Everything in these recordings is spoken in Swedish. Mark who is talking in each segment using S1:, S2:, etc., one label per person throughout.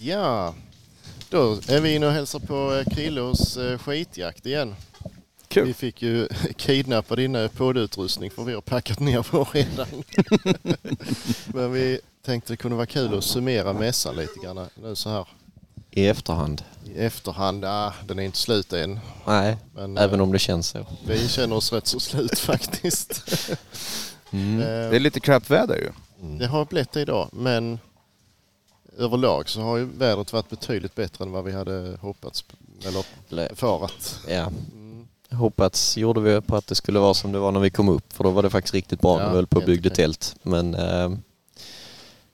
S1: Ja, då är vi inne och hälsar på eh, Krillos eh, skitjakt igen.
S2: Kul.
S1: Vi fick ju kidnappa din eh, poddutrustning för vi har packat ner vår redan. Men vi tänkte det kunde vara kul att summera mässan lite grann eh, nu så här
S3: I efterhand.
S1: i efterhand. Ah, den är inte slut än.
S3: Nej,
S1: Men
S3: även
S1: eh,
S3: om det känns så.
S1: vi känner oss rätt så slut faktiskt.
S3: Mm.
S1: Eh,
S2: Det är lite crap väder ju.
S1: Det har blivit det idag, men överlag så har ju vädret varit betydligt bättre än vad vi hade hoppats på, eller
S3: Eller,
S1: befarat.
S3: Ja. Hoppats Mm. gjorde vi på att det skulle vara som det var när vi kom upp för då var det faktiskt riktigt bra när
S1: Ja,
S3: vi höll på och
S1: helt
S3: byggde
S1: okej.
S3: tält. Men eh,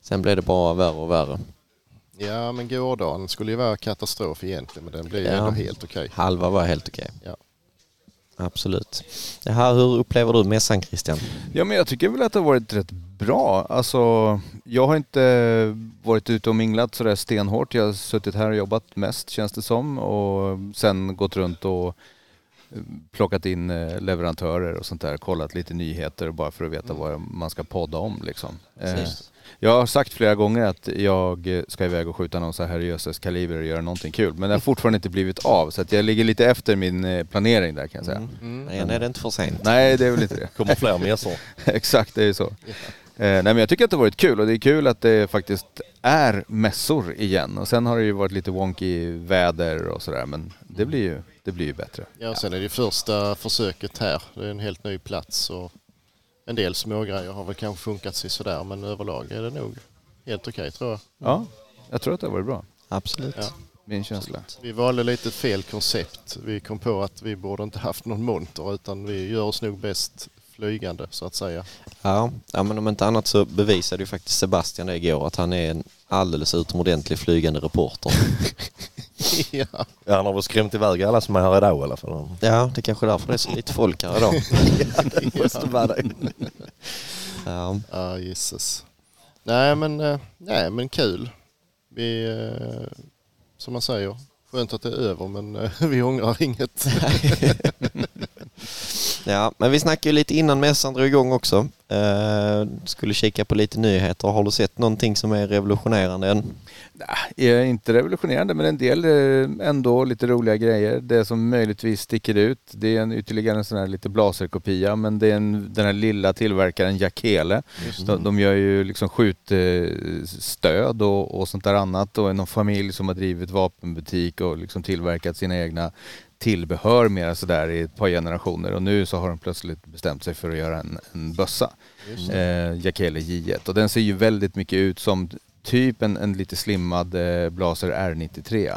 S3: sen blev det bara värre och värre.
S1: Ja, men gårdagen skulle ju vara katastrof egentligen, men den blev ju
S3: Ja.
S1: ändå helt okej.
S3: Halva var helt okej.
S1: Ja.
S3: Absolut. Det här, hur upplever du mässan Christian?
S2: Ja men jag tycker väl att det har varit rätt bra. Alltså jag har inte varit ute och minglat sådär stenhårt. Jag har suttit här och jobbat mest känns det som och sen gått runt och plockat in eh, leverantörer och sånt där. Kollat lite nyheter bara för att veta vad man ska podda om liksom. Eh,
S3: Precis.
S2: Jag har sagt flera gånger att jag eh, ska iväg och skjuta någon så här herrejösses kaliber och göra någonting kul. Men det har fortfarande inte blivit av så att jag ligger lite efter min eh, planering där kan jag säga.
S3: Nej, Än är det inte för sent.
S2: Nej det är väl inte det.
S4: kommer fler mässor.
S2: Exakt, det är ju så. Eh, nej men jag tycker att det har varit kul och det är kul att det faktiskt är mässor igen. Och sen har det ju varit lite wonky väder och sådär men det blir ju, det blir ju bättre.
S1: Ja, och sen är det ju första försöket här. Det är en helt ny plats och en del smågrejer har väl kanske funkat sig sådär, men överlag är det nog helt okej tror jag.
S2: Ja, jag tror att det har varit bra.
S3: Absolut.
S1: Ja.
S2: Min känsla.
S1: Vi valde lite fel koncept. Vi kom på att vi borde inte haft någon monter, utan vi gör oss nog bäst flygande så att säga.
S3: Ja, ja, men om inte annat så bevisade ju faktiskt Sebastian det igår att han är en alldeles utomordentlig flygande reporter.
S1: ja.
S4: Ja, han har väl skrämt iväg alla som är här idag i alla fall.
S3: ja, det kanske är därför det är så lite folk här idag.
S4: Måste vara det.
S3: Ja.
S1: Ja, gissas. Nej men, eh, nej, men kul. Vi, eh, som man säger, skönt att det är över men eh, vi ångrar inget.
S3: Ja, men vi snackade ju lite innan mässan drog igång också. Eh, skulle kika på lite nyheter. Har du sett någonting som är revolutionerande än?
S2: Nej, är inte revolutionerande men en del eh, ändå lite roliga grejer. Det som möjligtvis sticker ut det är en, ytterligare en sån här lite blaserkopia men det är en, den här lilla tillverkaren Jakele. De, de gör ju liksom skjutstöd och, och sånt där annat och någon familj som har drivit vapenbutik och liksom tillverkat sina egna tillbehör mera sådär i ett par generationer och nu så har de plötsligt bestämt sig för att göra en, en bössa. Eh, Jakele J1 och den ser ju väldigt mycket ut som typ en, en lite slimmad eh, Blaser R93.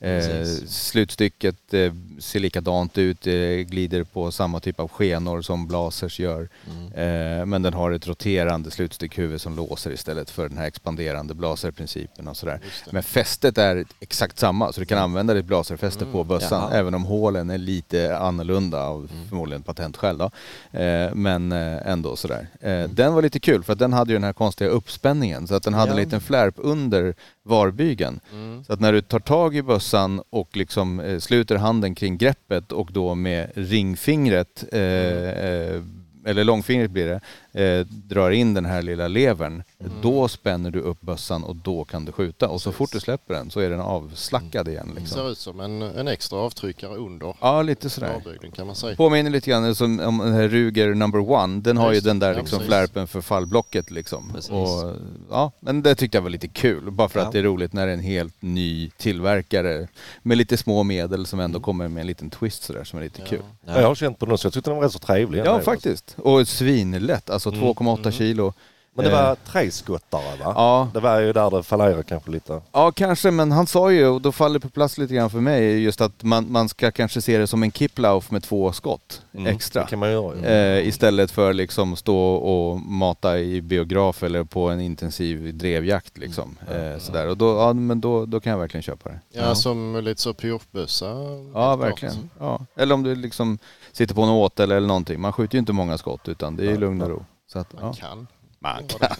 S2: eh, slutstycket eh, ser likadant ut, eh, glider på samma typ av skenor som Blasers gör. Eh, men den har ett roterande slutstyckhuvud som låser istället för den här expanderande Blaser-principen och sådär. Men fästet är exakt samma så du kan använda ditt Blaser-fäste på bössan
S3: Mm. Jaha. Mm.
S2: även om hålen är lite annorlunda av förmodligen patentskäl då. Eh, men eh, ändå sådär. Eh,
S3: Mm.
S2: Den var lite kul för att den hade ju den här konstiga uppspänningen så att den hade en
S3: Ja. Mm.
S2: liten flärp under varbygeln. Så att när du tar tag i bössan och liksom eh, sluter handen kring greppet och då med ringfingret eh, eh, eller långfingret blir det, eh, drar in den här lilla levern, då spänner du upp bössan och då kan du skjuta. Och så fort du släpper den så är den avslackad igen. Liksom.
S1: Ser ut som en, en extra avtryckare under
S2: Ja, lite sådär.
S1: avböjden kan man säga.
S2: Påminner lite grann som om den här Ruger number one. Den har
S1: Ja,
S2: ju
S1: just
S2: den där
S1: det. Ja,
S2: liksom
S1: precis.
S2: flärpen för fallblocket liksom.
S3: Precis.
S2: Och, ja, men det tyckte jag var lite kul. Bara för att
S3: Ja.
S2: det är roligt när det är en helt ny tillverkare med lite små medel som ändå kommer med en liten twist sådär som är lite kul.
S4: Ja, jag har känt på den så jag tyckte den var rätt så trevlig.
S2: Ja,
S4: ändå.
S2: faktiskt. Och ett svinlätt, alltså 2,8 kilo.
S4: Men det var
S2: Eh,
S4: träskottare va?
S2: Ja.
S4: Det var ju där det fallerade kanske lite.
S2: Ja, kanske, men han sa ju, och då faller på plats lite grann för mig, just att man, man ska kanske se det som en Kiplauf med två skott extra.
S4: Det kan man göra ju.
S2: Eh, istället för liksom stå och mata i biograf eller på en intensiv drevjakt liksom. Eh, sådär. Och då, ja, men då, då kan jag verkligen köpa det.
S1: Ja, som lite så pyrschbössa.
S2: Ja, verkligen. Ja. Eller om du liksom sitter på en åtel eller någonting. Man skjuter ju inte många skott utan det är ju lugn och ro. Så att, ja.
S1: Man kan.
S2: Man kan.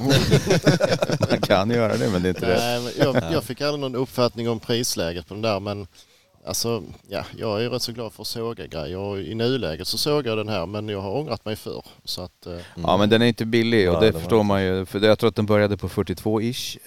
S2: Man kan göra det men det är inte rätt.
S1: Nej, men jag, jag fick aldrig någon uppfattning om prisläget på den där men Alltså, ja, jag är ju rätt så glad för att såga grejer och i nuläget så såg jag den här men jag har ångrat mig för. Så att, eh,
S2: Ja men den är inte billig och
S4: Nej,
S2: det
S4: den var
S2: förstår man ju. För det- jag tror att den började på 42-ish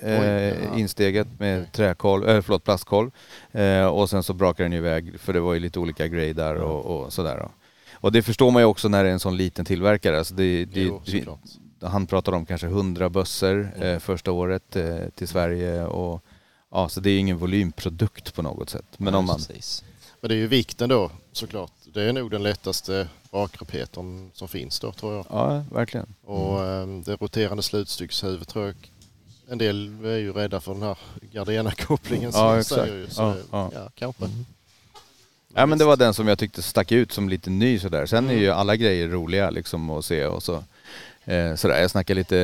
S1: Oj, ja.
S2: eh, insteget
S1: Oj.
S2: med träkolv, äh, förlåt plastkolv. Eh, och sen så brakade den ju iväg för det var ju lite olika grader och, och sådär. Då. Och det förstår man ju också när det är en sån liten tillverkare. Alltså det, det,
S1: jo,
S2: det,
S1: såklart.
S2: han pratar om kanske 100 bössor eh,
S4: Mm.
S2: första året eh, till Sverige. Och, ja, så det är ju ingen volymprodukt på något sätt. Men om man,
S5: Precis.
S1: Men det är ju vikten då såklart. Det är nog den lättaste rakrepetern som finns då tror jag.
S2: ja, verkligen.
S1: Och eh, det roterande slutstyckshuvudet tror jag. En del är ju rädda för den här Gardena-kopplingen som
S2: Ja,
S1: jag
S2: exakt.
S1: säger ju. Så,
S2: Ja,
S1: ja.
S2: ja. Mm.
S1: kanske.
S2: Ja men det var den som jag tyckte stack ut som lite ny sådär. Sen är ju alla grejer roliga liksom att se och så. Eh, sådär. Jag snackar lite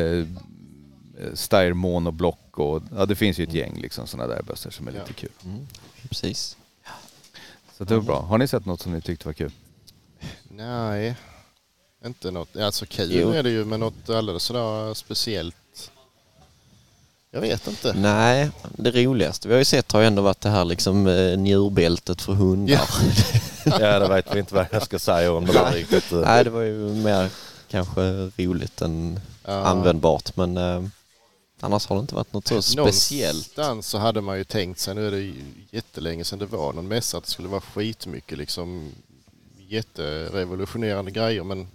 S2: eh, Steyr monoblock och ja, det finns ju ett gäng liksom sådana där bössor som är
S1: Ja.
S2: lite kul.
S5: Precis.
S2: Så det var bra. Har ni sett något som ni tyckte var kul?
S1: Nej, inte något. Alltså kul
S5: Jo.
S1: är det ju men något alldeles sådär speciellt. Jag vet inte.
S5: Nej, det roligaste vi har ju sett har ju ändå varit det här liksom eh, njurbältet för hundar.
S1: Ja.
S4: Ja, det vet vi inte vad jag ska säga om det där riktigt. eh.
S5: Nej, det var ju mer kanske roligt än
S1: Ja.
S5: användbart men eh, annars har det inte varit något så speciellt.
S1: Någonstans så hade man ju tänkt sig, nu är det ju jättelänge sedan det var någon mässa, att det skulle vara skitmycket liksom jätterevolutionerande grejer men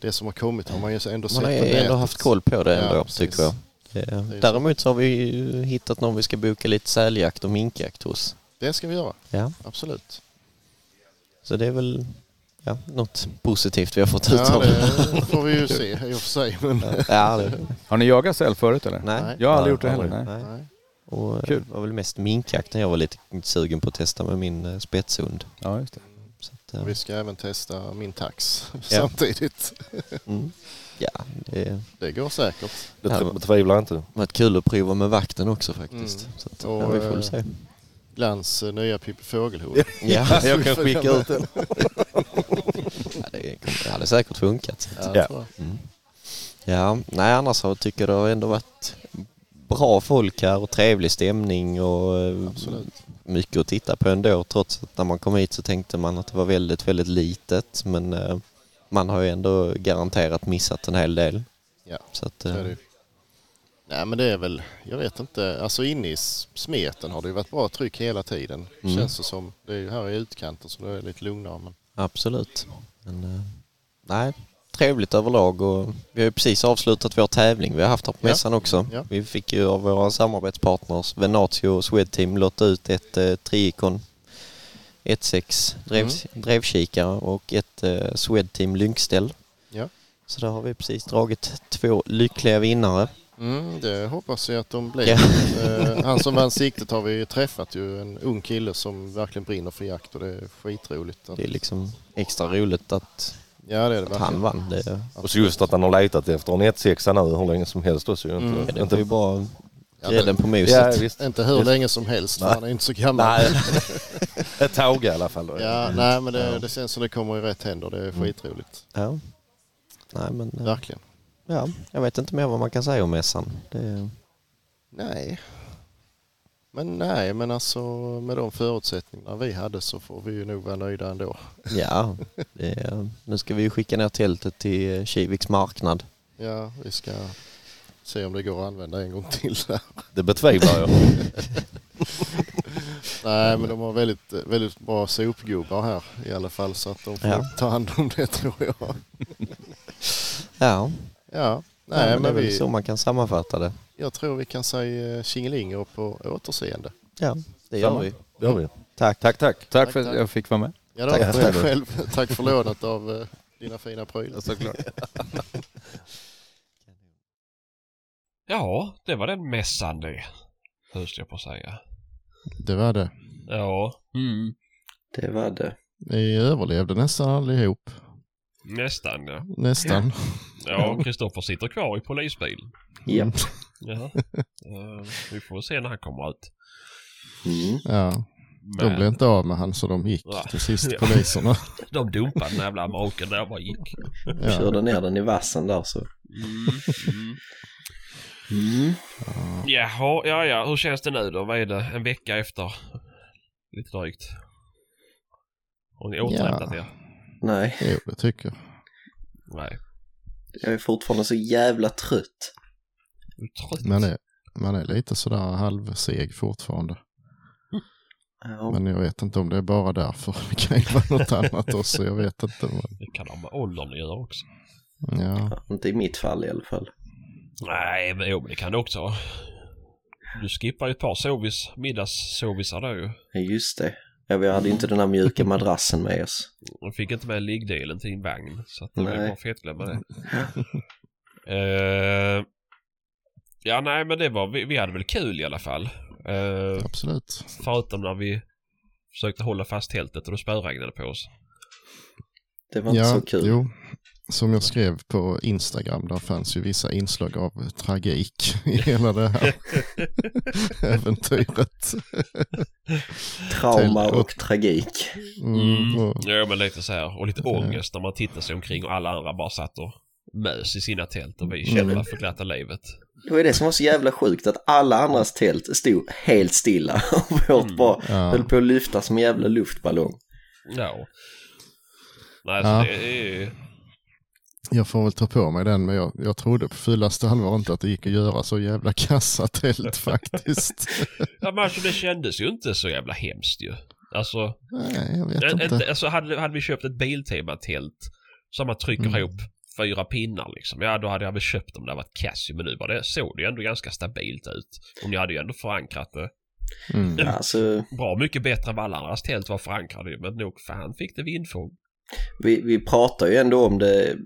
S1: det som har kommit har man ju ändå sett
S5: Man har
S1: på
S5: ju ändå
S1: nätet.
S5: haft koll på det
S1: Ja,
S5: ändå
S1: precis.
S5: tycker jag. Eh,
S1: ju så.
S5: Däremot så har vi ju hittat någon vi ska boka lite säljakt och minkjakt hos.
S1: Det ska vi göra,
S5: Ja,
S1: absolut.
S5: så det är väl ja, något positivt vi har fått ut
S1: Ja,
S5: av det.
S1: det får vi ju se i och för sig. Men,
S5: Ja, det
S2: Har ni jagat säl förut eller?
S5: nej.
S2: Jag har aldrig
S4: Nej,
S2: gjort det heller.
S4: aldrig.
S2: Nej.
S5: nej.
S1: nej.
S5: Och eh,
S2: Kul.
S5: det var väl mest minkjakten jag var lite sugen på att testa med min eh, spetshund.
S2: Ja, just det.
S5: Så att, eh,
S1: Vi ska även testa min tax
S5: Ja.
S1: samtidigt.
S5: mm. Ja, det
S1: Det går säkert.
S4: Det tr- betvivlar jag inte.
S5: har varit kul att prova med vakten också faktiskt.
S1: Mm.
S5: Så att,
S1: Och,
S5: ja, vi får väl se.
S1: Glans eh, nya Pippi Fågelholm.
S5: Ja,
S4: jag kan skicka ut
S5: den. ja, det, det hade säkert funkat.
S1: Ja,
S4: Ja.
S1: tror jag.
S5: Ja, nej annars har, tycker jag det har ändå varit bra folk här och trevlig stämning och eh,
S1: Absolut.
S5: mycket att titta på ändå trots att när man kom hit så tänkte man att det var väldigt, väldigt litet men eh, man har ju ändå garanterat missat en hel del.
S1: Ja,
S5: Så att,
S1: Så
S5: eh,
S1: är det ju. Nej men det är väl, jag vet inte, alltså inne i smeten har det ju varit bra tryck hela tiden.
S5: Mm.
S1: Känns det som. Det är ju här i utkanten så det är lite lugnare. Men
S5: Absolut. Men, eh, nej, trevligt överlag och vi har ju precis avslutat vår tävling vi har haft här på
S1: Ja.
S5: mässan också.
S1: Ja.
S5: Vi fick ju av våra samarbetspartners Venatio och Swedteam låta ut ett eh, Tricon 1.6 drevs- drevkikare och ett eh, Swedteam lynkställ.
S1: Ja.
S5: Så där har vi precis dragit två lyckliga vinnare.
S1: mm, det hoppas jag att de blir.
S5: Ja.
S1: Eh, han som vann siktet har vi ju träffat ju, en ung kille som verkligen brinner för jakt och det är skitroligt. Att,
S5: Det är liksom extra roligt att,
S1: ja det är det
S5: att han
S1: verkligen.
S5: vann. Det,
S4: Och så just att han har letat efter en 1-6 nu hur länge som helst också. ju. Inte,
S1: Mm.
S5: det var ju
S4: inte,
S5: bara
S1: men-
S5: grädden på moset.
S4: ja, visst.
S1: Inte hur länge som helst för
S4: Nej.
S1: han är inte så gammal.
S4: Nej, ett tåg i alla fall. Då.
S1: Ja, nej men det, det känns som det kommer i rätt händer. Det är
S5: Mm.
S1: skitroligt.
S5: Ja. Nej, men, eh,
S1: Verkligen.
S5: Ja, jag vet inte mer vad man kan säga om mässan. Det,
S1: Nej. Men nej, men alltså med de förutsättningarna vi hade så får vi ju nog vara nöjda ändå.
S5: ja, det, nu ska vi ju skicka ner tältet till Kiviks marknad.
S1: Ja, vi ska se om det går att använda en gång till. där.
S4: Det betvivlar jag.
S1: Nej, men de har väldigt, väldigt bra sopgubbar här i alla fall så att de får
S5: Ja.
S1: ta hand om det tror jag. Ja,
S5: Ja, ja,
S1: nej,
S5: det är
S1: men
S5: väl
S1: vi,
S5: så man kan sammanfatta det.
S1: jag tror vi kan säga tjingeling och på återseende.
S5: Ja, det gör
S4: Samma.
S5: vi.
S4: Det gör vi.
S5: Tack.
S4: Tack, tack.
S2: Tack för
S1: Tack,
S2: att
S1: tack.
S2: jag fick vara med.
S1: Ja, då,
S4: Tack
S1: tack,
S4: för
S1: tack
S4: det.
S1: själv. Tack för lånet av eh, dina fina prylar.
S6: Ja, det var den mässan det. Höll jag på att säga.
S1: Det var det.
S6: Ja. Mm.
S7: Det var det.
S1: Ni överlevde nästan allihop.
S6: Nästan ja.
S1: Nästan.
S6: Ja, Kristoffer sitter kvar i polisbilen.
S7: Japp.
S6: Jaha. Eh, vi får se när han kommer ut.
S7: Mm.
S1: Ja,
S6: Men
S1: inte av med han så de gick
S6: Ja.
S1: till sist
S6: Ja.
S1: poliserna.
S6: de dumpade den jävla maken där bara gick.
S7: Körde ner den i vassen där så.
S6: Mm.
S7: Mm.
S6: Jaha, ja ja. Hur känns det nu då? Vad är det? En vecka efter Lite drygt. Har ni återhämtat er?
S5: Nej,
S1: Jo, det tycker jag.
S6: Nej.
S5: jag är fortfarande så jävla trött.
S6: Du är trött.
S1: Man är, man är lite sådär halvseg fortfarande.
S5: Ja,
S1: Men jag vet inte om det är bara därför. Det kan ju vara något annat också. Jag vet inte. Men,
S6: Det kan ha med åldern att göra också.
S1: ja.
S5: ja, inte i mitt fall i alla fall.
S6: Nej, men jo, men det kan det också ha. Du skippar ju ett par sovis, middagssovisar där ju.
S5: Ja, Just det. Ja, vi hade ju inte den här mjuka madrassen med oss.
S6: Du fick inte med liggdelen till din vagn. Så att det var ju
S5: Nej.
S6: bara fettglömma det. Eh, ja, nej, men det var, vi, vi hade väl kul i alla fall. Eh,
S1: Absolut.
S6: förutom när vi försökte hålla fast tältet och det spöregnade på oss.
S5: Det var inte
S1: Ja,
S5: så kul.
S1: jo. Som jag skrev på Instagram, där fanns ju vissa inslag av tragik i hela det här äventyret.
S5: Trauma
S1: Tält
S5: och
S1: och-
S5: tragik.
S1: Mm. och-
S6: Ja, men lite så här. Och lite ångest när man tittar sig omkring och alla andra bara satt och mös i sina tält och vi kämpade för glatta livet.
S5: Det var ju det som var så jävla sjukt att alla andras tält stod helt stilla och vårt bara
S1: Mm, Ja.
S5: höll på att lyfta som en jävla luftballong.
S6: Ja. Nej, så
S1: Ja.
S6: det är ju...
S1: Jag får väl ta på mig den, men jag, jag trodde på fullaste allvar inte att det gick att göra så jävla kassa tält faktiskt.
S6: Ja, men alltså det kändes ju inte så jävla hemskt ju. Alltså,
S1: Nej, jag vet
S6: Ä-
S1: inte.
S6: inte, alltså hade, hade vi köpt ett Biltema-tält som man trycker
S1: Mm.
S6: ihop fyra pinnar liksom. Ja, då hade jag väl köpt dem. Det hade varit kass ju, men nu var det, såg det ju ändå ganska stabilt ut. Och ni hade ju ändå förankrat det.
S1: Mm.
S5: Ja, Alltså,
S6: Bra mycket bättre än vad alla andras tält var förankrade ju, men nog fan fick det vindfång.
S5: vi, vi pratade ju ändå om det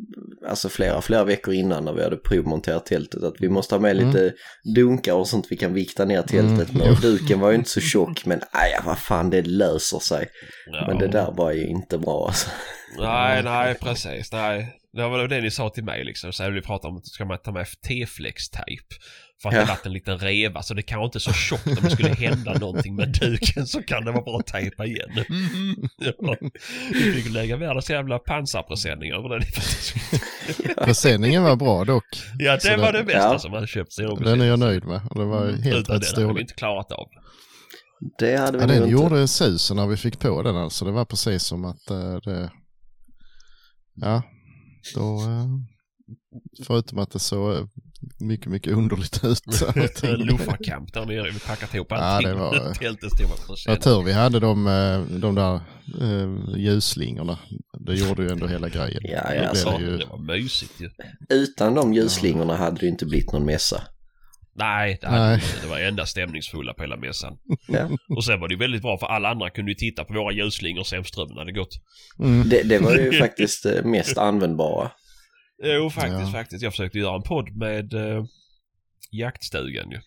S5: alltså flera, flera veckor innan när vi hade provmonterat tältet att vi måste ha med
S1: Mm.
S5: lite dunkar och sånt vi kan vikta ner tältet med. Och duken var ju inte så tjock men nej, vad fan det löser sig.
S6: Ja.
S5: Men det där var ju inte bra alltså.
S6: Nej, nej, precis. Nej. Det var det ni sa till mig liksom. Så här, vi pratade om att ska man ta med T-flex-tejp. För att
S5: Ja.
S6: det varit en liten reva så det kanske inte är så tjockt om det skulle hända någonting med duken så kan det vara bra att tejpa igen. Ja. Vi fick lägga världens jävla pansarpresenning över den.
S1: Presenningen var bra dock.
S6: Ja,
S1: Så
S6: det var
S1: den-
S6: det bästa
S5: Ja.
S6: som hade köpts i
S1: Den är jag nöjd med. Det var
S5: Mm.
S1: helt
S6: Utan
S1: rätt
S6: den hade vi
S1: storlek.
S6: inte klarat av.
S5: Det hade vi
S1: Ja, den
S5: nog inte.
S1: gjorde susen när vi fick på den alltså. Det var precis som att eh, det... Ja, då... eh, Förutom att det såg eh, mycket, mycket underligt ut. allting.
S6: Luffarkamp eh, där nere. Vi packat ihop
S1: Ja,
S6: allting.
S1: det var-
S6: Tältet stod på
S1: Vad
S6: presenning.
S1: tur vi hade de, eh, de där eh, ljusslingorna. Det gjorde ju ändå hela grejen.
S5: Ja,
S1: Då
S5: ja,
S1: blev
S5: alltså.
S1: det
S6: Ja,
S1: ju...
S6: Det var mysigt ju.
S5: Utan de ljusslingorna hade det ju inte blivit någon mässa.
S6: Nej, det, hade
S1: Nej.
S6: vi inte. det var enda stämningsfulla på hela mässan.
S5: Ja.
S6: Och sen var det ju väldigt bra för alla andra kunde ju titta på våra ljusslingor sen strömmen hade gått.
S1: Mm.
S5: Det, det var ju faktiskt det mest användbara.
S6: Jo, faktiskt,
S1: Ja.
S6: faktiskt. Jag försökte göra en podd med eh, jaktstugan ju.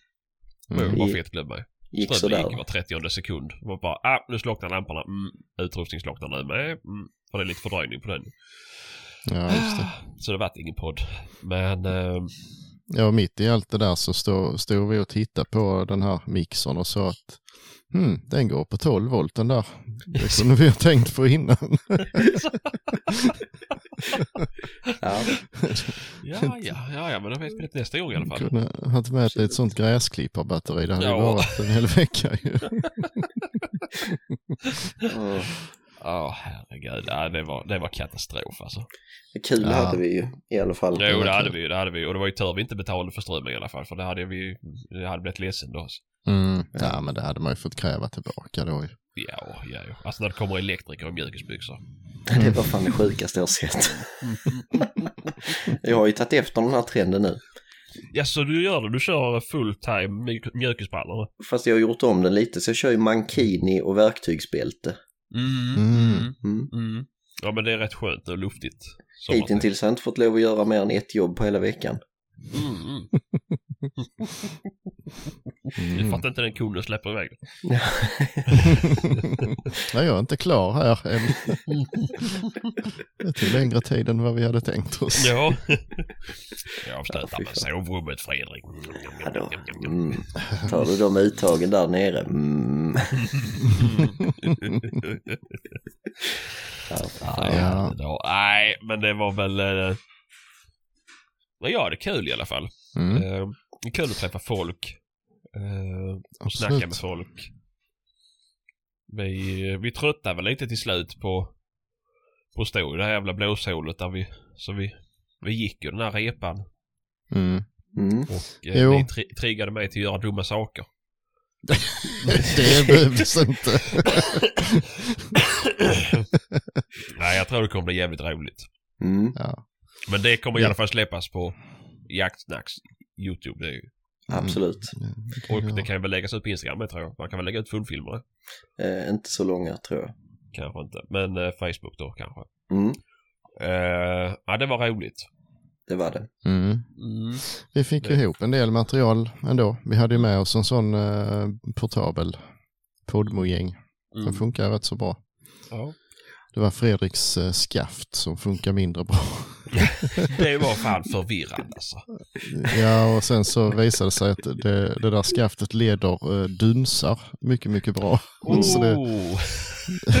S1: Mm.
S6: Mm. Bara fet glömma.
S5: Gick
S6: Strömmen
S5: sådär.
S6: gick var 30 sekund. Det var bara, ah, nu slocknar lamporna. Mm, utrustning slocknar nu med. Mm. För det är lite fördröjning på den.
S1: Ja, just det.
S6: Så det vart ingen podd. Men, eh,
S1: Ja, mitt i allt det där så stod, stod vi och tittade på den här mixern och sa att hmm, den går på 12 volt den där. Det kunde vi ha tänkt på innan.
S5: Ja.
S6: ja, ja, ja, ja, men då vet vi det nästa gång i alla fall.
S1: kunde ha haft med ett sånt gräsklipparbatteri. Det hade ju
S6: Ja.
S1: varit en hel vecka ju.
S5: Mm.
S6: Ja, herregud. Ja, det, var, det var katastrof alltså.
S5: Kul
S1: Ja.
S5: hade vi ju i alla fall.
S6: Jo, det hade vi ju, det hade vi ju. Och det var ju tur vi inte betalade för strömmen i alla fall, för det hade vi ju, det hade blivit ledsen då.
S1: Mm. Ja, men det hade man ju fått kräva tillbaka då ju.
S6: Ja, ja, ja. Alltså när det kommer elektriker i mjukisbyxor.
S5: Det var fan det sjukaste jag sett. jag har ju tagit efter den här trenden nu.
S6: Ja, så du gör det? Du kör full time mjuk- mjukisbrallorna?
S5: Fast jag har gjort om den lite så jag kör ju mankini och verktygsbälte.
S1: Mm.
S5: Mm.
S6: mm. Ja, men det är rätt skönt och luftigt. Som att-
S5: Hittills har jag inte fått lov att göra mer än ett jobb på hela veckan.
S6: Mm, mm. Jag
S1: Mm.
S6: fattar inte den kunden släpper iväg det.
S1: Nej, jag är inte klar här än. Det tog längre tid än vad vi hade tänkt oss.
S6: Ja. Jag avslutar
S5: Ja, fy
S6: med
S5: fan.
S6: sovrummet, Fredrik.
S5: Ja då. Mm. Tar du de uttagen där nere? Mm. Ja,
S6: Nej,
S1: Ja.
S6: det var- Nej, men det var väl... eh, Men jag hade kul i alla fall.
S1: Mm.
S6: Eh, kul att träffa folk. Eh, och snacka
S1: Absolut.
S6: med folk. Vi, vi tröttnade väl lite till slut på, på att stå i det här jävla blåshålet där vi, så vi, vi gick ju den här repan.
S1: Mm.
S5: Mm.
S6: Och
S1: Jo.
S6: eh, ni tri- triggade mig till att göra dumma saker.
S1: Det behövdes inte.
S6: Nej, jag tror det kommer bli jävligt roligt.
S5: Mm.
S1: Ja.
S6: Men det kommer i alla fall släppas på Jaktsnacks YouTube. Det är ju.
S5: Absolut.
S6: Och det kan väl läggas ut på Instagram med tror jag. Man kan väl lägga ut fullfilmer.
S5: Eh, inte så långa tror jag.
S6: Kanske inte. Men eh, Facebook då kanske.
S5: Mm.
S6: Eh, ja, det var roligt.
S5: Det var det.
S1: Mm. Vi fick ju
S6: Det-
S1: ihop en del material ändå. Vi hade ju med oss en sån eh, portabel Podmo-gäng.
S6: Mm.
S1: Den funkar rätt så bra.
S6: Ja.
S1: Det var Fredriks eh, skaft som funkar mindre bra.
S6: Det var fan förvirrande alltså.
S1: ja, och sen så visade det sig att det, det där skaftet leder eh, dunsar mycket, mycket bra. Mm. Så det,
S6: Oh.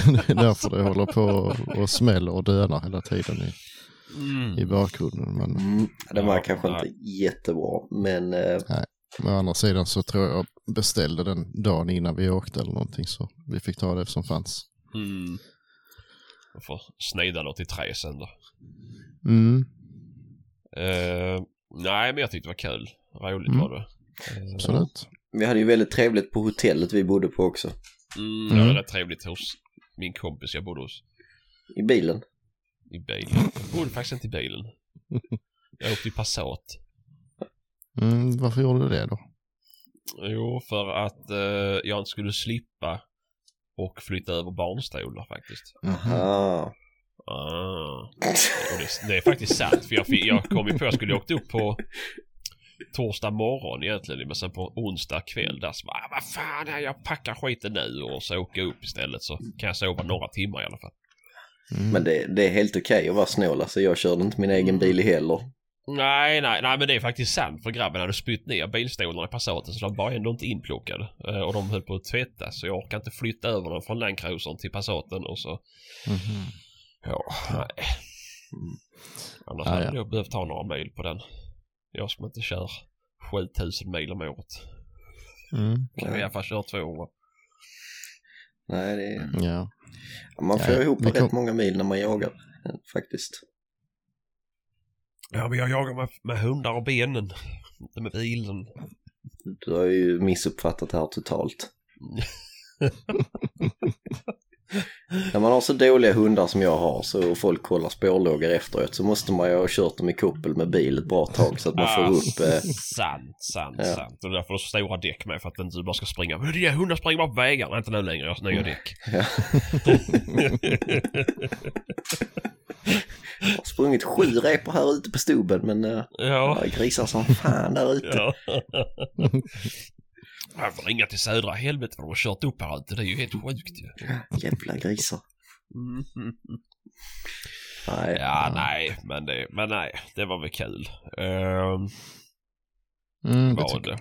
S1: det är därför det håller på och- och smäller och dönar hela tiden i,
S6: Mm.
S1: i bakgrunden. Men
S5: Mm. Den var
S6: Ja,
S5: kanske
S6: nej.
S5: inte jättebra, men eh,
S1: å andra sidan så tror jag beställde den dagen innan vi åkte eller någonting så vi fick ta det som fanns.
S6: Mm. Jag får snida något i trä sen då.
S1: Mm,
S6: Eh, nej, men jag tyckte det var kul. Roligt
S1: Mm.
S6: var det. Eh,
S1: absolut.
S5: vi hade ju väldigt trevligt på hotellet vi bodde på också.
S6: Mm,
S1: Mm.
S6: Det var rätt trevligt hos min kompis jag bodde hos.
S5: I bilen.
S6: I bilen. Jag bodde faktiskt inte i bilen. Jag åkte i Passat.
S1: Mm, varför gjorde du det då?
S6: Jo, för att eh, jag inte skulle slippa och flytta över barnstolar faktiskt.
S1: Mm.
S5: Ah.
S6: Ah. Och det, det är faktiskt sant, för jag, fi- jag kom ju på, jag skulle ju åkt upp på torsdag morgon egentligen, men sen på onsdag kväll där så bara, "Ah, vad fan, nej, jag packar skiten nu och så åker jag upp istället så kan jag sova några timmar i alla fall.
S1: Mm.
S5: Men det, det är helt okej att vara snål, alltså jag körde inte min egen bil heller.
S6: Nej, nej, nej, men det är faktiskt sant för grabben hade spytt ner bilstolarna i Passaten så de var ändå inte inplockade. Eh, Och de höll på att tvättas så jag orkade inte flytta över dem från Landcruisern till Passaten och så
S1: Mhm.
S6: Ja, nej. Mm. Annars
S1: Ja,
S6: hade
S1: ja.
S6: jag nog behövt ta några mil på den. Jag som inte kör 7000 mil om året.
S1: Mm.
S6: Kan i alla fall köra 200.
S5: Nej, det är...
S1: Ja.
S5: man får
S1: Ja, ja.
S5: ihop
S1: Vi
S5: rätt
S1: kom-
S5: många mil när man jagar, eh, faktiskt.
S6: Ja, men jag jagar med, med hundar och benen. Inte med bilen.
S5: Du har ju missuppfattat det här totalt. När man har så dåliga hundar som jag har så och folk kollar spårlågor efteråt så måste man ju ha kört dem i koppel med bil ett bra tag så att man får upp... Eh,
S6: Ah, Sant, sant,
S5: Ja.
S6: sant. Och därför har du så stora däck med för att inte du bara ska springa. Men dina hundar springer bara på vägarna. Inte nu längre, jag har nya däck.
S5: har sprungit sju repor här ute på stubben men eh,
S6: Ja.
S5: det är grisar som fan där ute.
S6: ja. Jag får ringa till södra helvete för de har kört upp här ute. Det är ju helt sjukt ju.
S5: Jävla grisar.
S6: Mm,
S5: Nej,
S6: Ja, nej, men, det, men nej, det var väl kul. Ehm,
S1: Mm, det
S6: var
S1: tycker
S6: det.
S1: jag.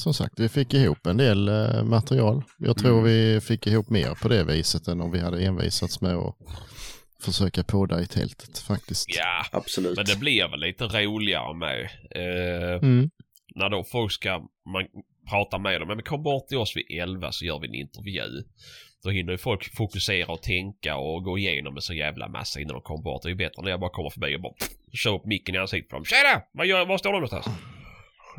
S1: Som sagt, vi fick ihop en del eh, material. Jag tror vi fick ihop mer på det viset än om vi hade envisats med att försöka podda i tältet faktiskt.
S6: Ja,
S5: absolut.
S6: men det blir väl lite roligare med. Eh,
S1: Mm.
S6: när då folk ska, man pratar med dem, "Ja, men kom bort till oss vid 11 så gör vi en intervju. Då hinner ju folk fokusera och tänka och gå igenom en så jävla massa innan de kommer bort. Det är ju bättre när jag bara kommer förbi och bara kör upp micken i ansiktet på dem. Tjena! Vad gör, var står du någonstans? Eh,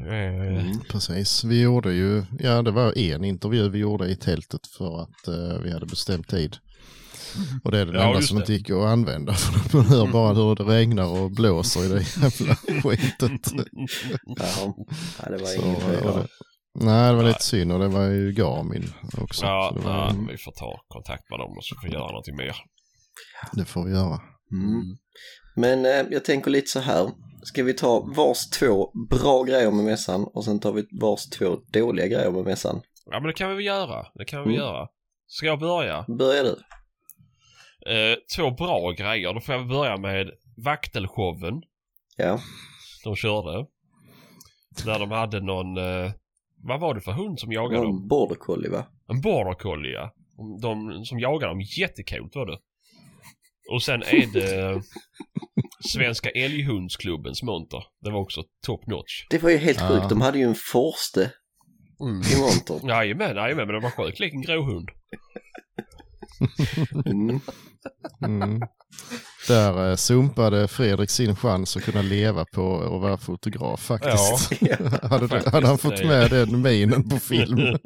S1: Mm. Precis, vi gjorde ju, ja det var en intervju vi gjorde i tältet för att eh, vi hade bestämt tid. Och det är den
S6: Ja,
S1: enda
S6: just
S1: som
S6: det.
S1: inte gick att använda för man hör bara hur det regnar och blåser i det jävla skitet.
S5: Jaha. Ja, det var
S1: Så, eh,
S5: inget
S1: och
S5: höjdare.
S1: det, nej, det var
S6: Nej.
S1: lite synd och det var ju Garmin också.
S6: ja,
S1: så eh, det, var,
S6: ja, vi får ta kontakt med dem och så får vi göra någonting mer.
S1: det får vi göra.
S5: Mm. Men eh, jag tänker lite så här. Ska vi ta vars två bra grejer med mässan och sen tar vi vars två dåliga grejer med mässan?
S6: Ja men det kan vi väl göra. Det kan vi
S5: Mm.
S6: göra. Ska jag börja?
S5: Börjar du?
S6: Eh, två bra grejer. Då får jag börja med vaktelshowen
S5: Ja.
S6: de körde. Där de hade någon, eh, vad var det för hund som jagade dem?
S5: Någon border collie va?
S6: En border collie ja. De som jagade dem, jättekult var det. Och sen är det eh, Svenska Älghundsklubbens monter. Det var också top notch. Mm.
S5: Det var ju helt
S1: Ja.
S5: sjukt, de hade ju en forste i monter.
S6: Jajamän, jajamän, men det var sjukt lik en grå hund.
S5: Mm.
S1: Mm. Där eh, sumpade Fredrik sin chans att kunna leva på att vara fotograf faktiskt. hade, det- hade han fått med den minen på film?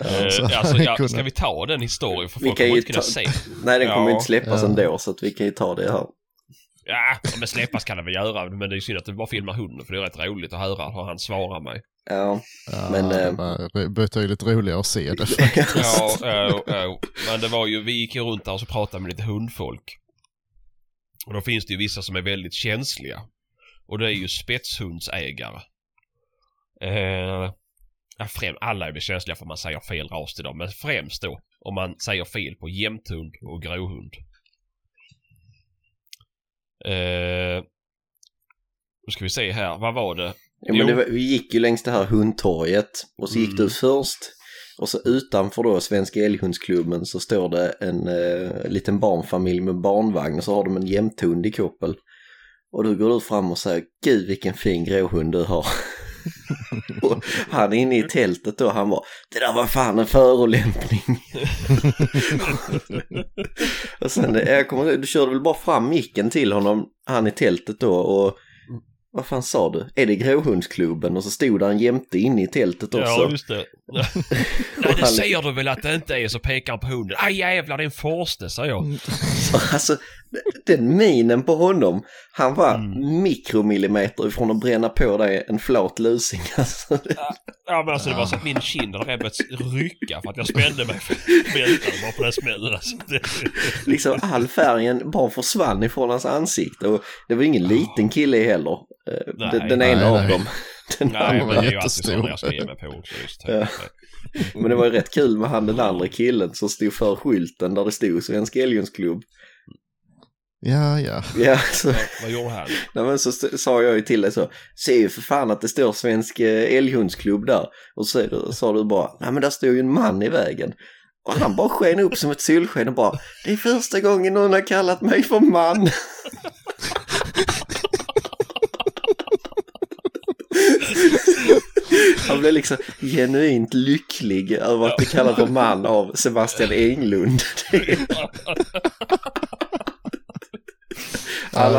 S6: Eh,
S1: Så
S6: alltså,
S1: han
S6: ja,
S1: kunde-
S6: ska vi ta den historien? För
S5: Vi
S6: folk
S5: kan
S6: kommer
S5: ju
S6: inte kunna
S5: ta-
S6: se.
S5: Nej, den kommer
S6: Ja.
S5: ju inte släppas
S1: Ja.
S5: ändå så att vi kan ju ta det här.
S6: Ja, men släppas kan det väl göra. Men det är synd att vi bara filmar hunden för det är rätt roligt att höra hur han svarar mig.
S5: Ja,
S1: Ja,
S5: Men,
S1: det
S5: eh,
S1: var det var betydligt roligare att se det.
S6: Ja, ja, ja. men det var ju, vi gick ju runt där och så pratade med lite hundfolk. Och då finns det ju vissa som är väldigt känsliga. Och det är ju spetshundsägare. Eh, ja, främ, alla är väl känsliga för man säger fel ras till dem, men främst då om man säger fel på jämthund och gråhund. Eh, nu ska vi se här, vad var det?
S5: ja men
S6: Jo.
S5: det var, vi gick ju längs det här hundtorget och så gick
S6: Mm.
S5: du först och så utanför då Svenska Älghundsklubben så står det en eh, liten barnfamilj med barnvagn och så har de en jämthund i koppel. Och då går du fram och säger gud vilken fin gråhund du har. och han inne i tältet då han var det där var fan en förolämpning. och sen, eh, jag kommer ihåg, du körde väl bara fram micken till honom, han i tältet då och vad fan sa du? Är det gråhundsklubben? Och så stod han jämte inne i tältet också.
S6: Ja, just det. Nej, det säger du väl att det inte är, så pekar han på hunden. Aj jävlar, det är en forste, säger jag.
S5: Alltså, den minen på honom. Han var
S6: Mm.
S5: mikromillimeter ifrån att bränna på dig en flat lusing. Alltså, det,
S6: Ja men alltså det var så att min kind hade börjat rycka för att jag spände mig för bältet bara på den smällen alltså. Det,
S5: liksom all färgen bara försvann ifrån hans ansikte. Och det var ingen liten kille heller. Eh,
S6: Nej.
S5: Den, den
S1: Nej,
S5: ena
S1: nej.
S5: av dem. Den
S6: nej men
S5: andra.
S6: det är ju alltid
S1: jättestor.
S6: så när jag ska ge mig på också just.
S5: Ja. Men det var ju rätt kul med han den andra killen som stod för skylten där det stod Svensk Älghundsklubb.
S1: Ja, ja.
S5: Ja, så,
S6: Vad gjorde han?
S5: nej, men så st- sa jag ju till dig så. Se ju för fan att det står Svensk eh, Älghundsklubb där. Och så sa du- sa du bara, nej men där står ju en man i vägen. Och han bara sken upp som ett solsken och bara, det är första gången någon har kallat mig för man. Han blev liksom genuint lycklig över att bli kallad för man av Sebastian Englund. Det är- Alla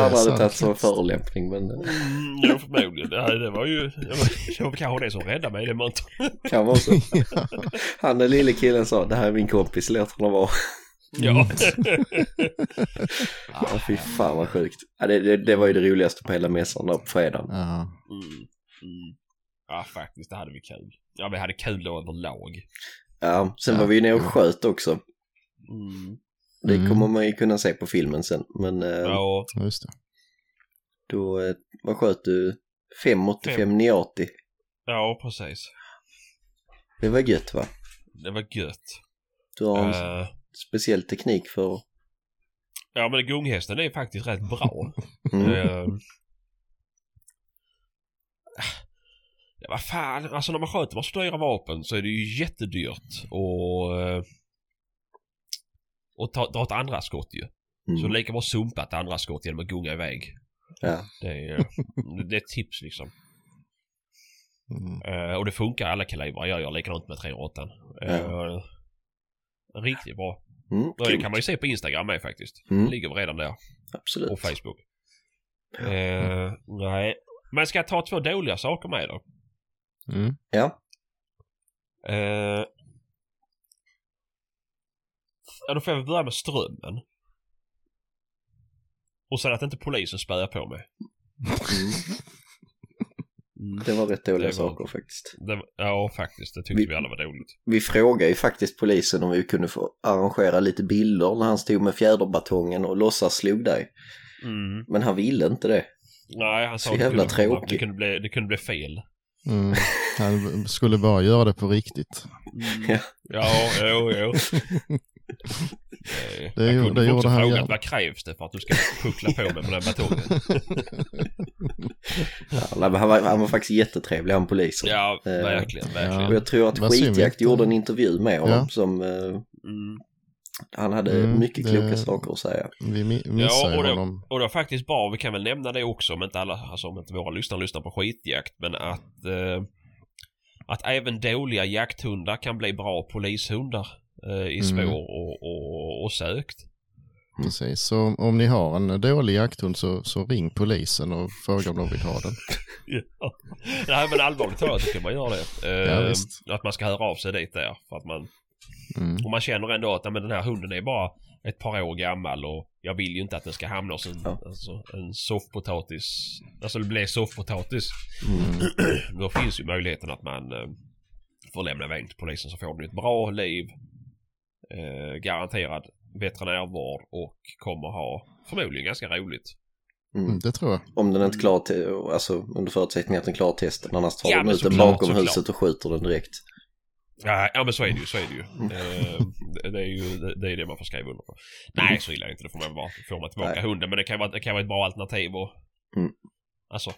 S1: Ja, det är
S5: andra hade
S1: sant.
S5: tagit som en förolämpning, men det
S6: Mm, jo förmodligen. Det, här- det var ju, det var, det var kanske det som räddade mig i det mönstret.
S5: kan vara så. Han den lille killen sa, det här är min kompis, låt honom vara.
S6: Ja.
S5: Mm. Ah, Ja, fy fan vad sjukt. Ja, det, det, det var ju det roligaste på hela mässan där på fredagen.
S1: ja.
S6: Mm, mm. Ja faktiskt, det hade vi kul. Ja vi hade kul då överlag.
S5: Ja, sen var vi ju nere och sköt också.
S6: Mm.
S5: Det
S1: Mm.
S5: kommer man ju kunna se på filmen sen. Men eh,
S6: Ja,
S1: Just det.
S5: då, eh, vad sköt du? 585
S6: Fem.
S5: 980.
S6: ja precis.
S5: Det var gött va?
S6: Det var gött.
S5: Du har en
S6: Eh,
S5: speciell teknik för...
S6: ja men gunghästen är faktiskt rätt bra.
S5: Mm.
S6: Eh, Ja, vad fan, alltså när man sköter med så dyra vapen så är det ju jättedyrt och, eh, och ta, dra ett andra skott ju. Så det är
S5: Mm.
S6: lika bra sumpa ett andra skott genom att gunga iväg.
S5: Ja.
S6: Det är, eh, det är ett tips liksom.
S1: Mm.
S6: Eh, och det funkar i alla kalibrar. Jag gör likadant med 308. Uh, riktigt bra.
S5: Mm,
S6: Och det
S5: kul.
S6: kan man ju se på Instagram med faktiskt.
S5: Mm.
S6: Ligger redan där.
S5: Absolut.
S6: Och Facebook. Eh, nej. Men ska jag ta två dåliga saker med då?
S1: Mm.
S5: Ja.
S6: Eh, ja, då får jag väl börja med strömmen. Och sen att inte polisen spöar på mig.
S5: Det var rätt dåliga
S6: Det var-
S5: saker faktiskt.
S6: Det, var- ja, faktiskt. Det tyckte
S5: Vi-
S6: vi, alla var dåligt.
S5: Vi frågade ju faktiskt polisen om vi kunde få arrangera lite bilder när han stod med fjäderbatongen och låtsas slog dig. Men han ville inte det.
S6: Nej, han sa
S5: Så
S6: att det
S5: jävla
S6: kunde-
S5: tråkig.
S6: Det kunde, bli, det kunde bli fel.
S1: Mm. Han skulle bara göra det på riktigt.
S5: Ja.
S6: Ja, jo, jo. Nej,
S1: Det
S6: jag
S1: gjorde-
S6: kunde
S1: det
S6: också
S1: gjorde han
S6: frågat
S1: gärna.
S6: vad krävs det för att du ska puckla på mig med den här batongen?
S5: Ja, nej, men han, var, han var faktiskt jättetrevlig han polisen.
S6: Ja,
S5: Eh,
S6: verkligen,
S1: ja.
S6: verkligen.
S5: Och jag tror att
S1: Vad synd vi
S5: Skitjakt
S1: inte-
S5: gjorde en intervju med honom
S1: Ja.
S5: som eh,
S6: Mm.
S5: han hade
S1: Mm,
S5: mycket
S1: det-
S5: kloka saker att säga.
S1: Vi mi- missar
S6: Ja,
S1: ju
S6: och det-
S1: honom.
S6: Och det var faktiskt bra, vi kan väl nämna det också om inte alla, alltså om inte våra lyssnare lyssnar på skitjakt, men att eh, att även dåliga jakthundar kan bli bra polishundar eh, i spår
S1: Mm.
S6: och, och, och sökt.
S1: Precis, så om- om ni har en dålig jakthund så, så ring polisen och fråga om de vill ha den.
S6: Ja. Nej men allvarligt talat tycker man gör det. Eh,
S1: Ja, visst.
S6: att man ska höra av sig dit där. För att man,
S1: Mm.
S6: och man känner ändå att nej, men den här hunden är bara ett par år gammal och jag vill ju inte att den ska hamna hos en,
S5: Ja.
S6: alltså, en soffpotatis. Alltså det blir soffpotatis.
S1: Mm.
S6: Då finns ju möjligheten att man eh, får lämna iväg till polisen så får den ett bra liv. Eh, garanterad veterinärvård och kommer ha förmodligen ganska roligt.
S1: Mm, det tror jag.
S5: Om den inte klarar, te- alltså under förutsättning att den klarar testen, annars tar
S6: Ja,
S5: de
S6: men
S5: ut den
S6: såklart,
S5: bakom
S6: såklart.
S5: huset och skjuter den direkt.
S6: Ja, ja men så är det ju, så är det ju. Eh, det- det är ju det, det, är det man får skriva under på. Nej, så illa är det inte. Då får man, bara, får man tillbaka
S5: Nej.
S6: hunden. Men det kan, vara, det kan vara ett bra alternativ och...
S5: Mm.
S6: Alltså,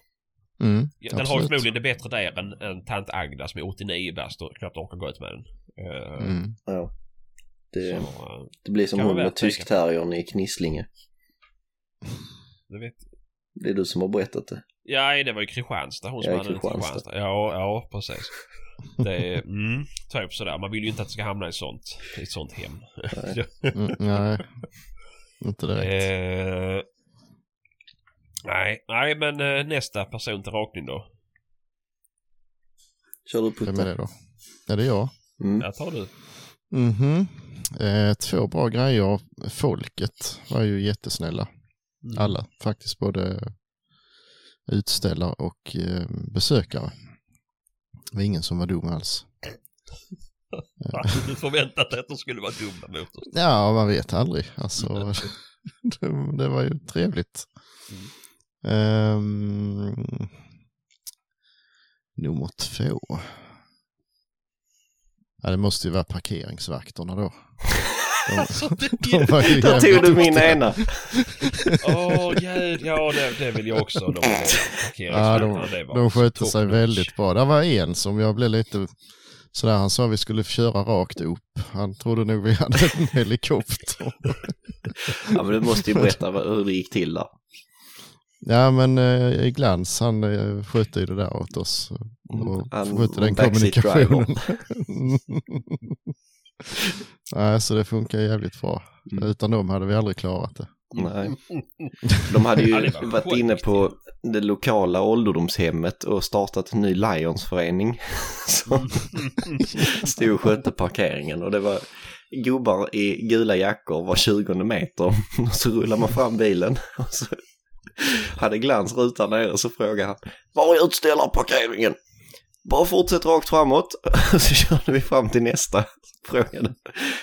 S1: Mm.
S6: ja, den har ju
S1: absolut.
S6: förmodligen det bättre där än, än tant Agda som är 89 bast och knappt orkar gå ut med den. Eh,
S1: Mm.
S5: Ja.
S6: så,
S5: Det,
S6: eh,
S5: det blir som
S6: Kan
S5: hon
S6: man väl
S5: med
S6: tänka.
S5: tyskterriern i Knislinge.
S6: det vet
S5: Det är du som har berättat det.
S6: Ja, nej, det var ju Kristianstad hon som
S5: Ja,
S6: hade den till
S5: Kristianstad.
S6: Kristianstad. Ja, ja, precis. Det är, mm, typ sådär. Man vill ju inte att det ska hamna i sånt, i ett sånt hem.
S1: Mm. Nej, inte direkt.
S6: Eh, nej, nej, men eh, nästa person till rakning då.
S5: Kör
S6: Eh,
S5: du
S1: Vem är
S5: putta?
S1: det då? Ja, det är jag.
S5: Mm.
S6: Där tar du.
S1: Mhm. Eh, två bra grejer. Folket var ju jättesnälla. Alla, faktiskt både utställare och eh, besökare. Det var ingen som var dum alls.
S6: Fan, Du förväntade dig att de skulle vara dumma mot oss.
S1: Ja, man vet aldrig. Alltså, det, det var ju trevligt. Ehm, nummer två. Ja, det måste ju vara parkeringsvakterna då. De,
S6: Alltså, det
S1: de var ju
S5: Där
S1: jävligt
S5: tog du min
S1: duktiga.
S5: ena.
S6: Åh, gud. Ja, det, det vill jag också. De,
S1: Ja, de, de skötte sig väldigt bra. Det var en som jag blev lite sådär, han sa vi skulle köra rakt upp. Han trodde nog vi hade en helikopter.
S5: Ja, men du måste ju berätta vad- hur det gick till där.
S1: Ja men eh, Glans han eh, skötte ju det där åt oss. Och
S5: Mm. Han
S1: skötte
S5: var
S1: den
S5: backseat
S1: kommunikationen. Nej så det funkar jävligt bra.
S5: Mm.
S1: Utan dem hade vi aldrig klarat det.
S5: Nej. De hade ju
S6: Ja, det var
S5: varit
S6: sjukt.
S5: inne på det lokala ålderdomshemmet och startat en ny Lions-förening som stod och skötte parkeringen. Och det var gubbar i gula jackor var 20 meter. Och så rullade man fram bilen och så hade Glans rutan nere och så frågade han Var är utställarparkeringen? Bara fortsätt rakt framåt. Och så körde vi fram till nästa. Frågade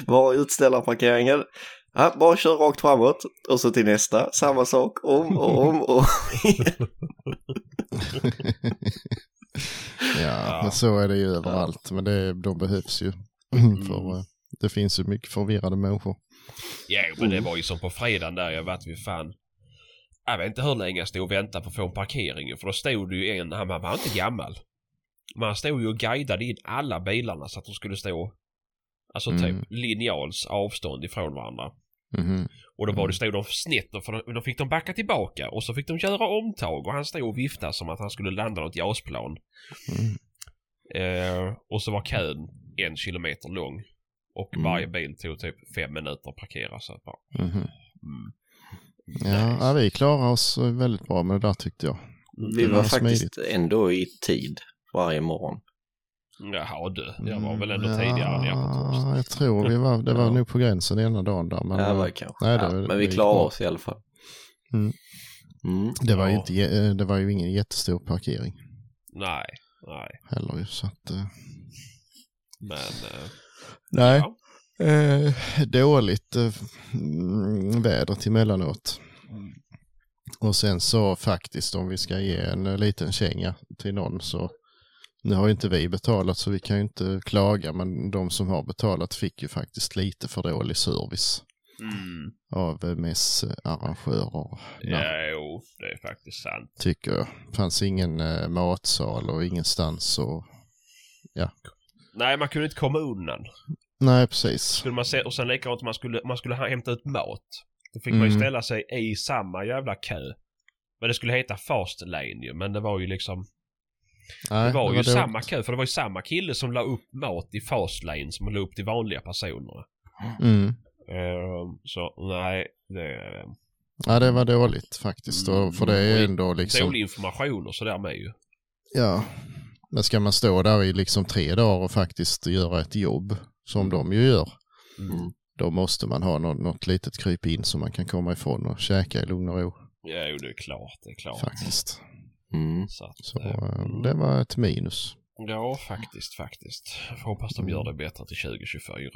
S5: Var är utställarparkeringen? Ja, bara kör rakt framåt och så till nästa. Samma sak om och om och...
S1: Ja, men så är det ju överallt. Men det, de behövs ju. För eh, det finns ju mycket förvirrade människor.
S6: Ja, men
S1: Mm.
S6: det var ju som på fredagen där jag varit vid fan. Jag vet inte hur länge jag stod och väntade på att få en parkering ju, för då stod det ju en, han han var inte gammal. Men han stod ju och guidade in alla bilarna så att de skulle stå, alltså
S1: Mm.
S6: typ linjals avstånd ifrån varandra.
S1: Mhm.
S6: Och då var det, stod de snett och för, då fick de backa tillbaka och så fick de göra omtag och han stod och viftade som att han skulle landa något JAS-plan.
S1: Mm.
S6: Eh, och så var kön en kilometer lång. Och
S1: Mm.
S6: varje bil tog typ fem minuter att parkera så att bara,
S1: Mhm.
S6: mm.
S1: Ja, ja, vi klarar oss väldigt bra med det där tyckte jag.
S5: Vi
S1: Det
S5: var
S1: var
S5: faktiskt ändå i tid varje morgon.
S6: Jaha du, jag var väl ändå
S1: Mm,
S6: tidigare ner på torsdag.
S1: Ja, jag tror vi var, det var
S5: Ja.
S1: nog på gränsen ena dagen där. Men
S5: Ja, det
S1: eh,
S5: var det kanske.
S1: nej, det-
S5: ja, men
S1: det
S5: vi
S1: gick
S5: klarade
S1: bra.
S5: oss i alla fall.
S1: Mm.
S5: Mm.
S1: det var, ju
S6: Ja.
S1: inte, jä- eh, det var ju ingen jättestor parkering
S6: Nej, nej.
S1: heller ju. Så att, eh,
S6: Men eh,
S1: nej,
S6: Ja.
S1: eh, dåligt eh, mm, vädret emellanåt. Och sen så faktiskt om vi ska ge en eh, liten känga till någon så nu har ju inte vi betalat så vi kan ju inte klaga men de som har betalat fick ju faktiskt lite för dålig service
S6: mm,
S1: av eh, mässarrangörer.
S6: jo, det är faktiskt sant.
S1: tycker jag. fanns ingen eh, matsal och ingenstans och...
S6: Nej, man kunde inte komma undan.
S1: Nej, precis.
S6: Skulle man se, och sen likadant man skulle, man skulle ha- hämta ut mat. Då fick man ju
S1: Mm.
S6: ställa sig i samma jävla kö. Men det skulle heta fast lane ju, men det var ju liksom...
S1: Nej,
S6: det var ju
S1: dumt.
S6: samma kö, för det var ju samma kille som la upp mat i fastlane som la upp till vanliga personer.
S1: Mm.
S6: Ehm, så nej, det,
S1: Ja, det var dåligt faktiskt.
S6: Mm,
S1: Och för det är
S6: dålig-
S1: ändå liksom...
S6: dålig information och sådär med ju.
S1: Ja. Men ska man stå där i liksom tre dagar och faktiskt göra ett jobb som de ju gör.
S6: Mm.
S1: Då måste man ha något, något litet kryp in som man kan komma ifrån och käka i lugn och ro
S6: Ja, jo, det är klart, det är klart.
S1: faktiskt.
S5: Mm.
S6: Så att,
S1: Så
S6: eh,
S1: eh,
S6: mm.
S1: det var ett minus.
S6: Ja, faktiskt, faktiskt. Jag får hoppas de gör det bättre till 2024.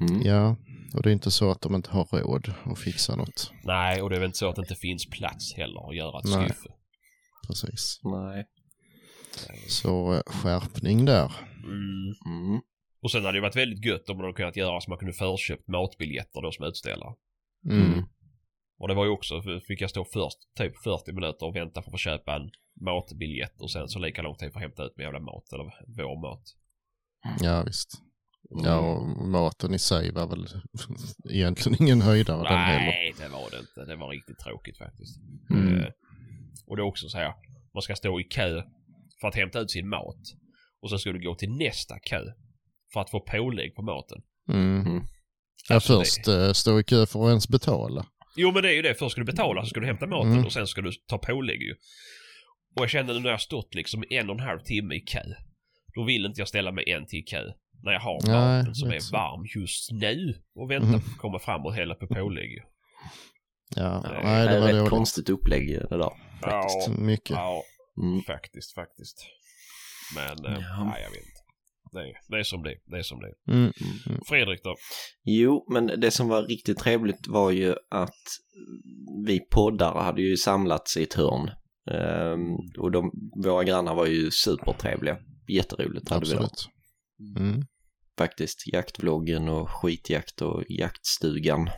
S5: Mm.
S1: Ja, och det är inte så att de inte har råd att fixa något.
S6: Nej, och det är väl inte så att det inte finns plats heller att göra ett
S1: Nej.
S6: skuffe.
S1: Precis.
S5: Nej.
S1: Så eh, skärpning där.
S6: Mm.
S5: Mm.
S6: Och sen hade det varit väldigt gött om de hade kunnat göra så man kunde förköpt matbiljetter då som utställare.
S1: Mm.
S6: Och det var ju också, för- fick jag stå först typ 40 minuter och vänta för att få köpa en matbiljett och sen så lika lång tid för att hämta ut min jävla mat eller vår mat.
S1: Ja, visst. Ja, och maten i sig var väl egentligen ingen höjdare den heller.
S6: Nej, det var det inte. Det var riktigt tråkigt faktiskt.
S1: Mm.
S6: Eh, och det är också så här, man ska stå i kö för att hämta ut sin mat. Och så ska du gå till nästa kö för att få pålägg på maten.
S1: Mm.
S5: Mm.
S1: Ja,
S6: Alltså, det-
S1: först eh, stå i kö för att ens betala.
S6: Jo men det är ju det, först ska du betala, så ska du hämta maten
S1: Mm.
S6: och sen ska du ta pålägg ju. Och jag kände nu när jag stått liksom en och en halv timme i kö. Då vill inte jag ställa mig en till i kö. När jag har
S1: Nej,
S6: maten som
S1: lite
S6: är
S1: så.
S6: varm just nu och väntar på
S1: Mm.
S6: att komma fram och hälla på pålägg ju.
S1: Ja,
S6: Nej,
S1: nej,
S5: Det
S1: det
S5: är
S1: var
S5: rätt
S1: dåligt.
S5: konstigt upplägg det där.
S6: Ja,
S1: Mycket.
S6: ja,
S5: Mm.
S6: faktiskt, faktiskt. Men, eh,
S5: Ja.
S6: nej jag vet inte. Det är, det är som det är, det är som det är.
S1: Mm.
S6: Fredrik då?
S5: Jo, men det som var riktigt trevligt var ju att vi poddare hade ju samlats i ett hörn. Ehm, och de, våra grannar var ju supertrevliga. Jätteroligt hade vi då.
S1: Absolut. Mm.
S5: Faktiskt. Jaktvloggen och skitjakt och jaktstugan.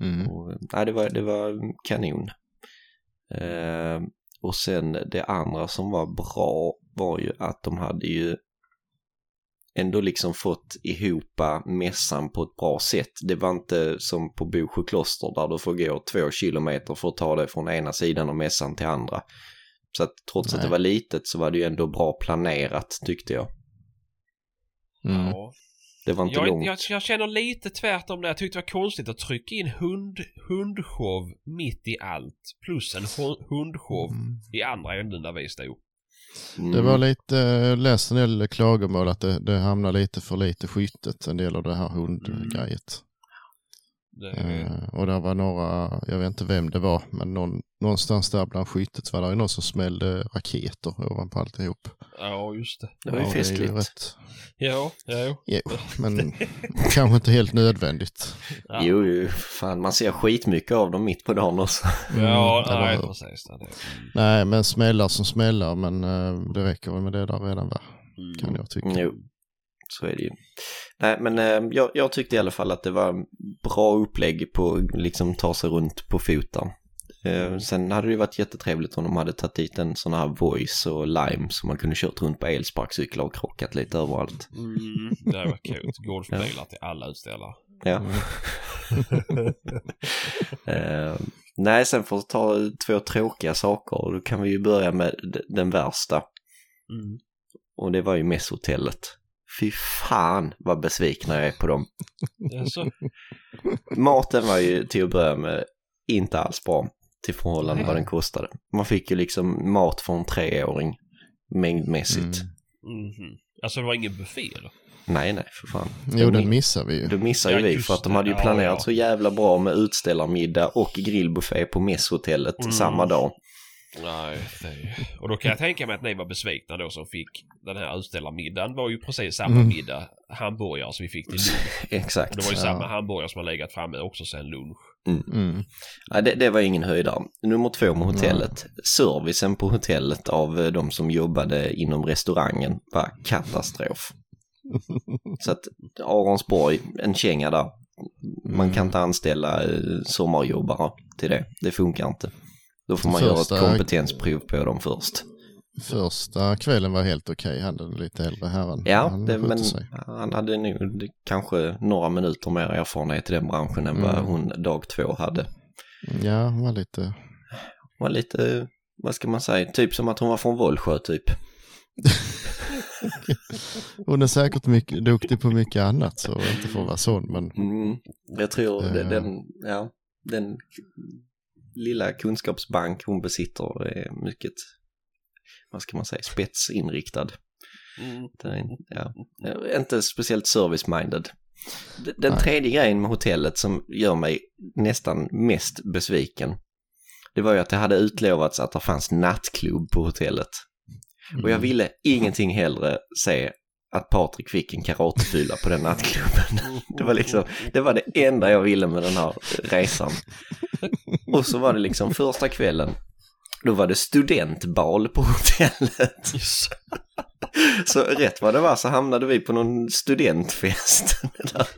S1: Mm.
S5: Och, nej, det var, det var kanon. Ehm, och sen det andra som var bra var ju att de hade ju ändå liksom fått ihopa mässan på ett bra sätt. Det var inte som på Bosjö kloster där du får gå två kilometer för att ta dig från ena sidan av mässan till andra. Så att trots att
S1: Nej.
S5: det var litet så var det ju ändå bra planerat tyckte jag.
S1: Mm.
S6: Ja.
S5: Det var inte
S6: Jag,
S5: långt.
S6: jag, jag känner lite tvärtom där. Jag tyckte det var konstigt att trycka in hund, hundshow mitt i allt. Plus en ho- hundshow
S1: Mm.
S6: i andra änden där vi stod.
S5: Mm.
S1: Det var lite, jag läste en del klagomål att det, det hamnar lite för lite skyttet, en del av det här hundgrejet.
S6: Det,
S5: Mm.
S1: Eh, och det var några, jag vet inte vem det var, men någon, någonstans där bland skyttet var det ju någon som smällde raketer ovanpå alltihop.
S6: Ja, just det.
S5: Det var ju
S1: Ja, Det är ju
S5: festligt.
S1: rätt,
S6: Ja, ja, jo.
S1: jo, men kanske inte helt nödvändigt.
S6: Ja,
S5: Jo, jo, fan man ser skitmycket av dem mitt på dagen också.
S6: ja
S1: Mm,
S6: nej,
S1: det var-
S6: precis. Ja, det,
S1: Nej, men smällar som smällar, men eh, det räcker väl med det där redan va?
S6: mm.
S1: Kan jag tycka.
S5: Jo, så är det ju. Nej, men eh, jag, jag tyckte i alla fall att det var en bra upplägg på att liksom ta sig runt på foten. Eh, sen hade det ju varit jättetrevligt om de hade tagit dit en sån här voice och lime som man kunde kört runt på elsparkcyklar och krockat lite överallt.
S6: Mm, det här var coolt. Golfbilar till alla utställare.
S5: Ja. eh, nej, sen får vi ta två tråkiga saker. Då kan vi ju börja med d- den värsta.
S6: Mm.
S5: Och det var ju mässhotellet. Fy fan vad besvikna jag är på dem.
S6: Alltså,
S5: Maten var ju till att börja med inte alls bra till förhållande
S1: Nej.
S5: vad den kostade. Man fick ju liksom mat från en treåring mängdmässigt.
S1: Mm.
S6: mhm. alltså det var ingen buffé då?
S5: Nej, nej, för fan.
S1: Jo,
S5: Den
S1: den missar vi ju.
S5: Då missar ju
S6: Ja,
S5: vi
S6: just
S5: för att de
S6: det.
S5: hade ju
S6: Ja,
S5: planerat
S6: ja.
S5: så jävla bra med utställarmiddag och grillbuffé på mässhotellet
S6: Mm.
S5: samma dag.
S6: Nej, det... och då kan jag tänka mig att ni var besvikna då som fick den här utställarmiddagen. var ju precis samma
S1: Mm.
S6: middag, hamburgare som vi fick till lunch. Och
S5: Exakt.
S6: det var ju
S1: Ja.
S6: samma hamburgare som har legat framme också sen lunch.
S1: Mm.
S5: Ja, det, det var ingen höjdare. Nummer två med hotellet. Servicen på hotellet av eh, de som jobbade inom restaurangen var katastrof. Så att Aronsborg, en känga där. Man kan
S1: Mm.
S5: inte anställa eh, sommarjobbare till det. Det funkar inte. Då får man
S1: Första-
S5: göra ett kompetensprov på dem först.
S1: Första kvällen var helt okej, han hade lite äldre herren.
S5: Ja,
S1: han
S5: det,
S1: skötte
S5: men
S1: sig.
S5: han hade nog det- kanske några minuter mer erfarenhet i den branschen än vad
S1: Mm.
S5: hon dag två hade.
S1: Ja, han var lite...
S5: Var lite eh, vad ska man säga, typ som att hon var från Vollsjö typ.
S1: Hon är säkert mycket, duktig på mycket annat så inte för att vara sån. Men
S5: Mm, jag tror
S1: Eh.
S5: den, den, ja, den lilla kunskapsbank hon besitter är mycket, vad ska man säga, spetsinriktad.
S6: Mm.
S5: Den är, in- ja, eh, inte speciellt service-minded. D- Den tredje grejen med hotellet som gör mig nästan mest besviken, det var ju att det hade utlovats att det fanns nattklubb på hotellet. Och jag ville ingenting hellre se att Patrik fick en karatefylla på den nattklubben. Det var liksom, det var det enda jag ville med den här resan. Och så var det liksom första kvällen, då var det studentbal på hotellet.
S6: Yes.
S5: Så rätt vad det var så hamnade vi på någon studentfest. där.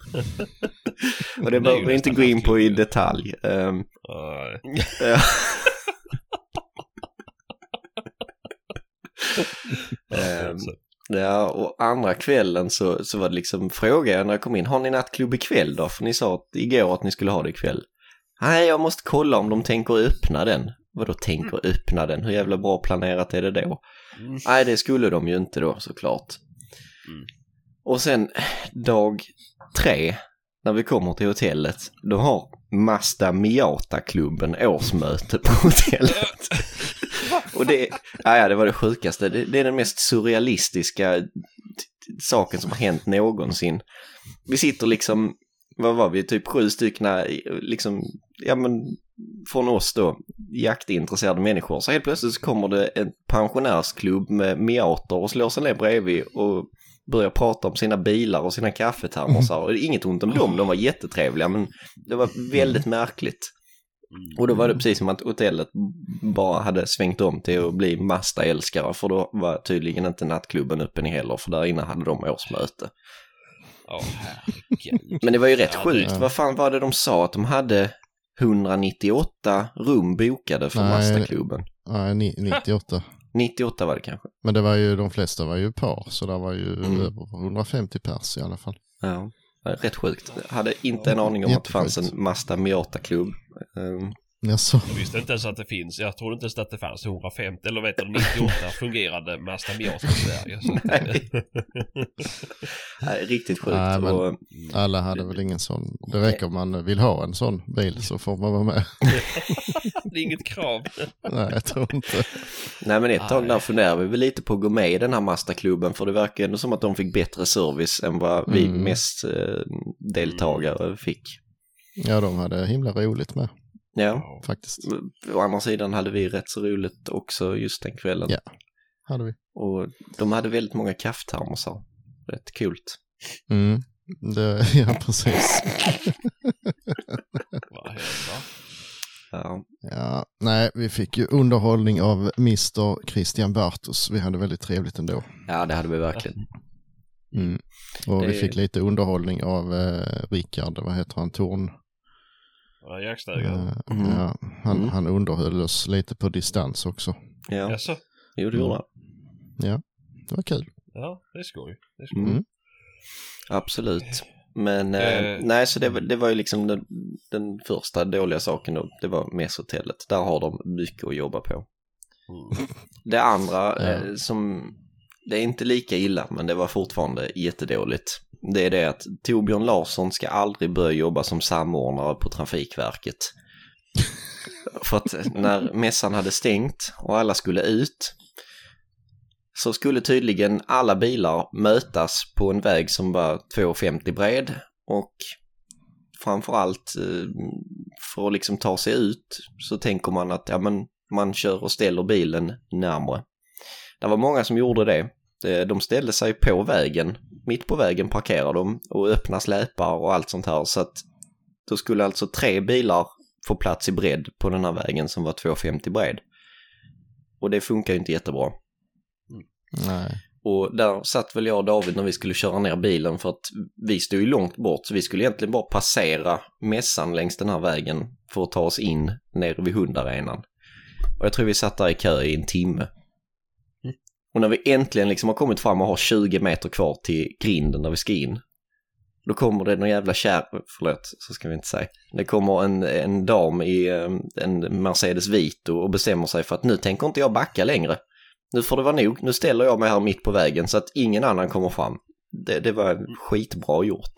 S5: Och det behöver vi inte gå in på i detalj. Ehm,
S6: Eh,
S5: ja. Ehm,
S6: så.
S5: Ja, och andra kvällen så, så var det liksom fråga när jag kom in, har ni nattklubb ikväll då? För ni sa att, igår att ni skulle ha det ikväll. Nej, jag måste kolla om de tänker öppna den. Vadå tänker öppna den? Hur jävla bra planerat är det då?
S6: Mm.
S5: Nej, det skulle de ju inte då såklart.
S6: Mm.
S5: Och sen dag tre, när vi kommer till hotellet, då har Mazda Miata-klubben årsmöte på hotellet. Och det, ja, ja, det var det sjukaste. Det, det är den mest surrealistiska t- t- saken som har hänt någonsin. Vi sitter liksom, vad var vi, typ sju styckna, liksom, ja men från oss då, jaktintresserade människor. Så helt plötsligt så kommer det en pensionärsklubb med miater och slår sig ner bredvid och börjar prata om sina bilar och sina kaffetermosar. Och det är inget ont om dem, de var jättetrevliga, men det var väldigt märkligt.
S6: Mm.
S5: Och då var det
S1: Mm.
S5: precis som att hotellet bara hade svängt om till att bli Mazda-älskare, för då var tydligen inte nattklubben öppen heller, för där inne hade de årsmöte.
S6: Åh, herregud.
S5: Men det var ju rätt
S6: Ja,
S5: sjukt, vad fan var det de sa att de hade 198 rum bokade för
S1: Nej.
S5: Mazda-klubben?
S1: nej, ni- 98.
S5: 98 var det kanske.
S1: Men det var ju, de flesta var ju par så det var ju
S5: Mm.
S1: över 150 pers i alla fall.
S5: Ja, rätt sjukt. Jag hade inte en aning om att det fanns en
S1: Jättesjukt.
S5: Mazda Miata-klubb. Ehm,
S1: Jaså?
S6: Jag visste inte ens att det finns. Jag trodde inte ens att det fanns 150 eller vet du, 98 fungerande Mazda Miata i Sverige. Så att,
S5: Nej. Nej, Riktigt sjukt.
S1: Nej, men-
S5: och,
S1: Alla hade väl ingen sån. Det räcker om man vill ha en sån bil så får man vara med.
S6: det är inget krav.
S1: Nej, jag tror inte.
S5: nej men ett tag
S6: Nej.
S5: där funderade vi väl lite på att gå med i den här Mazda-klubben för det verkar ändå som att de fick bättre service än vad vi
S1: Mm.
S5: mest eh, deltagare fick.
S1: Ja, de hade himla roligt med
S5: Ja,
S1: faktiskt.
S5: å andra sidan hade vi rätt så roligt också just den kvällen.
S1: Ja. Hade vi.
S5: Och de hade väldigt många kaffetermosar. Rätt kul.
S1: Mm. Det, ja, precis.
S6: Vad händer?
S5: Ja.
S1: Ja, nej, vi fick ju underhållning av Mr. Christian Bartos. Vi hade väldigt trevligt ändå.
S5: ja, det hade vi verkligen.
S1: Mm. Och
S5: Det-
S1: vi fick lite underhållning av eh, Rickard, vad heter han, Torn?
S6: Ja, Jaktstugan.
S1: Eh,
S5: Mm.
S1: ja, han,
S5: Mm.
S1: han underhöll oss lite på distans också.
S5: Ja, Mm.
S6: Jaså?
S5: jo det gjorde han.
S1: Det var kul.
S6: Ja, det är skoj. Det är skoj.
S5: Mm.
S1: Mm.
S5: Absolut. Men
S6: Eh.
S5: eh, nej, så det, var- det var ju liksom den, den första dåliga saken då. Det var meshotellet. Där har de mycket att jobba på.
S6: Mm.
S5: Det andra
S1: Ja.
S5: eh, som, det är inte lika illa, men det var fortfarande jättedåligt. Det är det att Torbjörn Larsson ska aldrig börja jobba som samordnare på Trafikverket. För att när mässan hade stängt och alla skulle ut så skulle tydligen alla bilar mötas på en väg som var 2,50 bred och framförallt eh, för att liksom ta sig ut så tänker man att ja, men man kör och ställer bilen närmare. Det var många som gjorde det. Eh, De ställde sig på vägen, mitt på vägen parkerade de och öppna släpar och allt sånt här så att då skulle alltså tre bilar få plats i bredd på den här vägen som var 2,50 bred. Och det funkar ju inte jättebra.
S1: Nej.
S5: Och där satt väl jag och David när vi skulle köra ner bilen för att vi stod ju långt bort så vi skulle egentligen bara passera mässan längs den här vägen för att ta oss in ner vid hundarenan. Och jag tror vi satt där i kö i en timme. Och när vi äntligen liksom har kommit fram och har 20 meter kvar till grinden där vi ska in Då kommer det någon jävla kär... Förlåt, så ska vi inte säga. Det kommer en, en dam i eh, en Mercedes Vito och bestämmer sig för att nu tänker inte jag backa längre. Nu får det vara nog. Nu ställer jag mig här mitt på vägen så att ingen annan kommer fram. Det, det var skitbra gjort.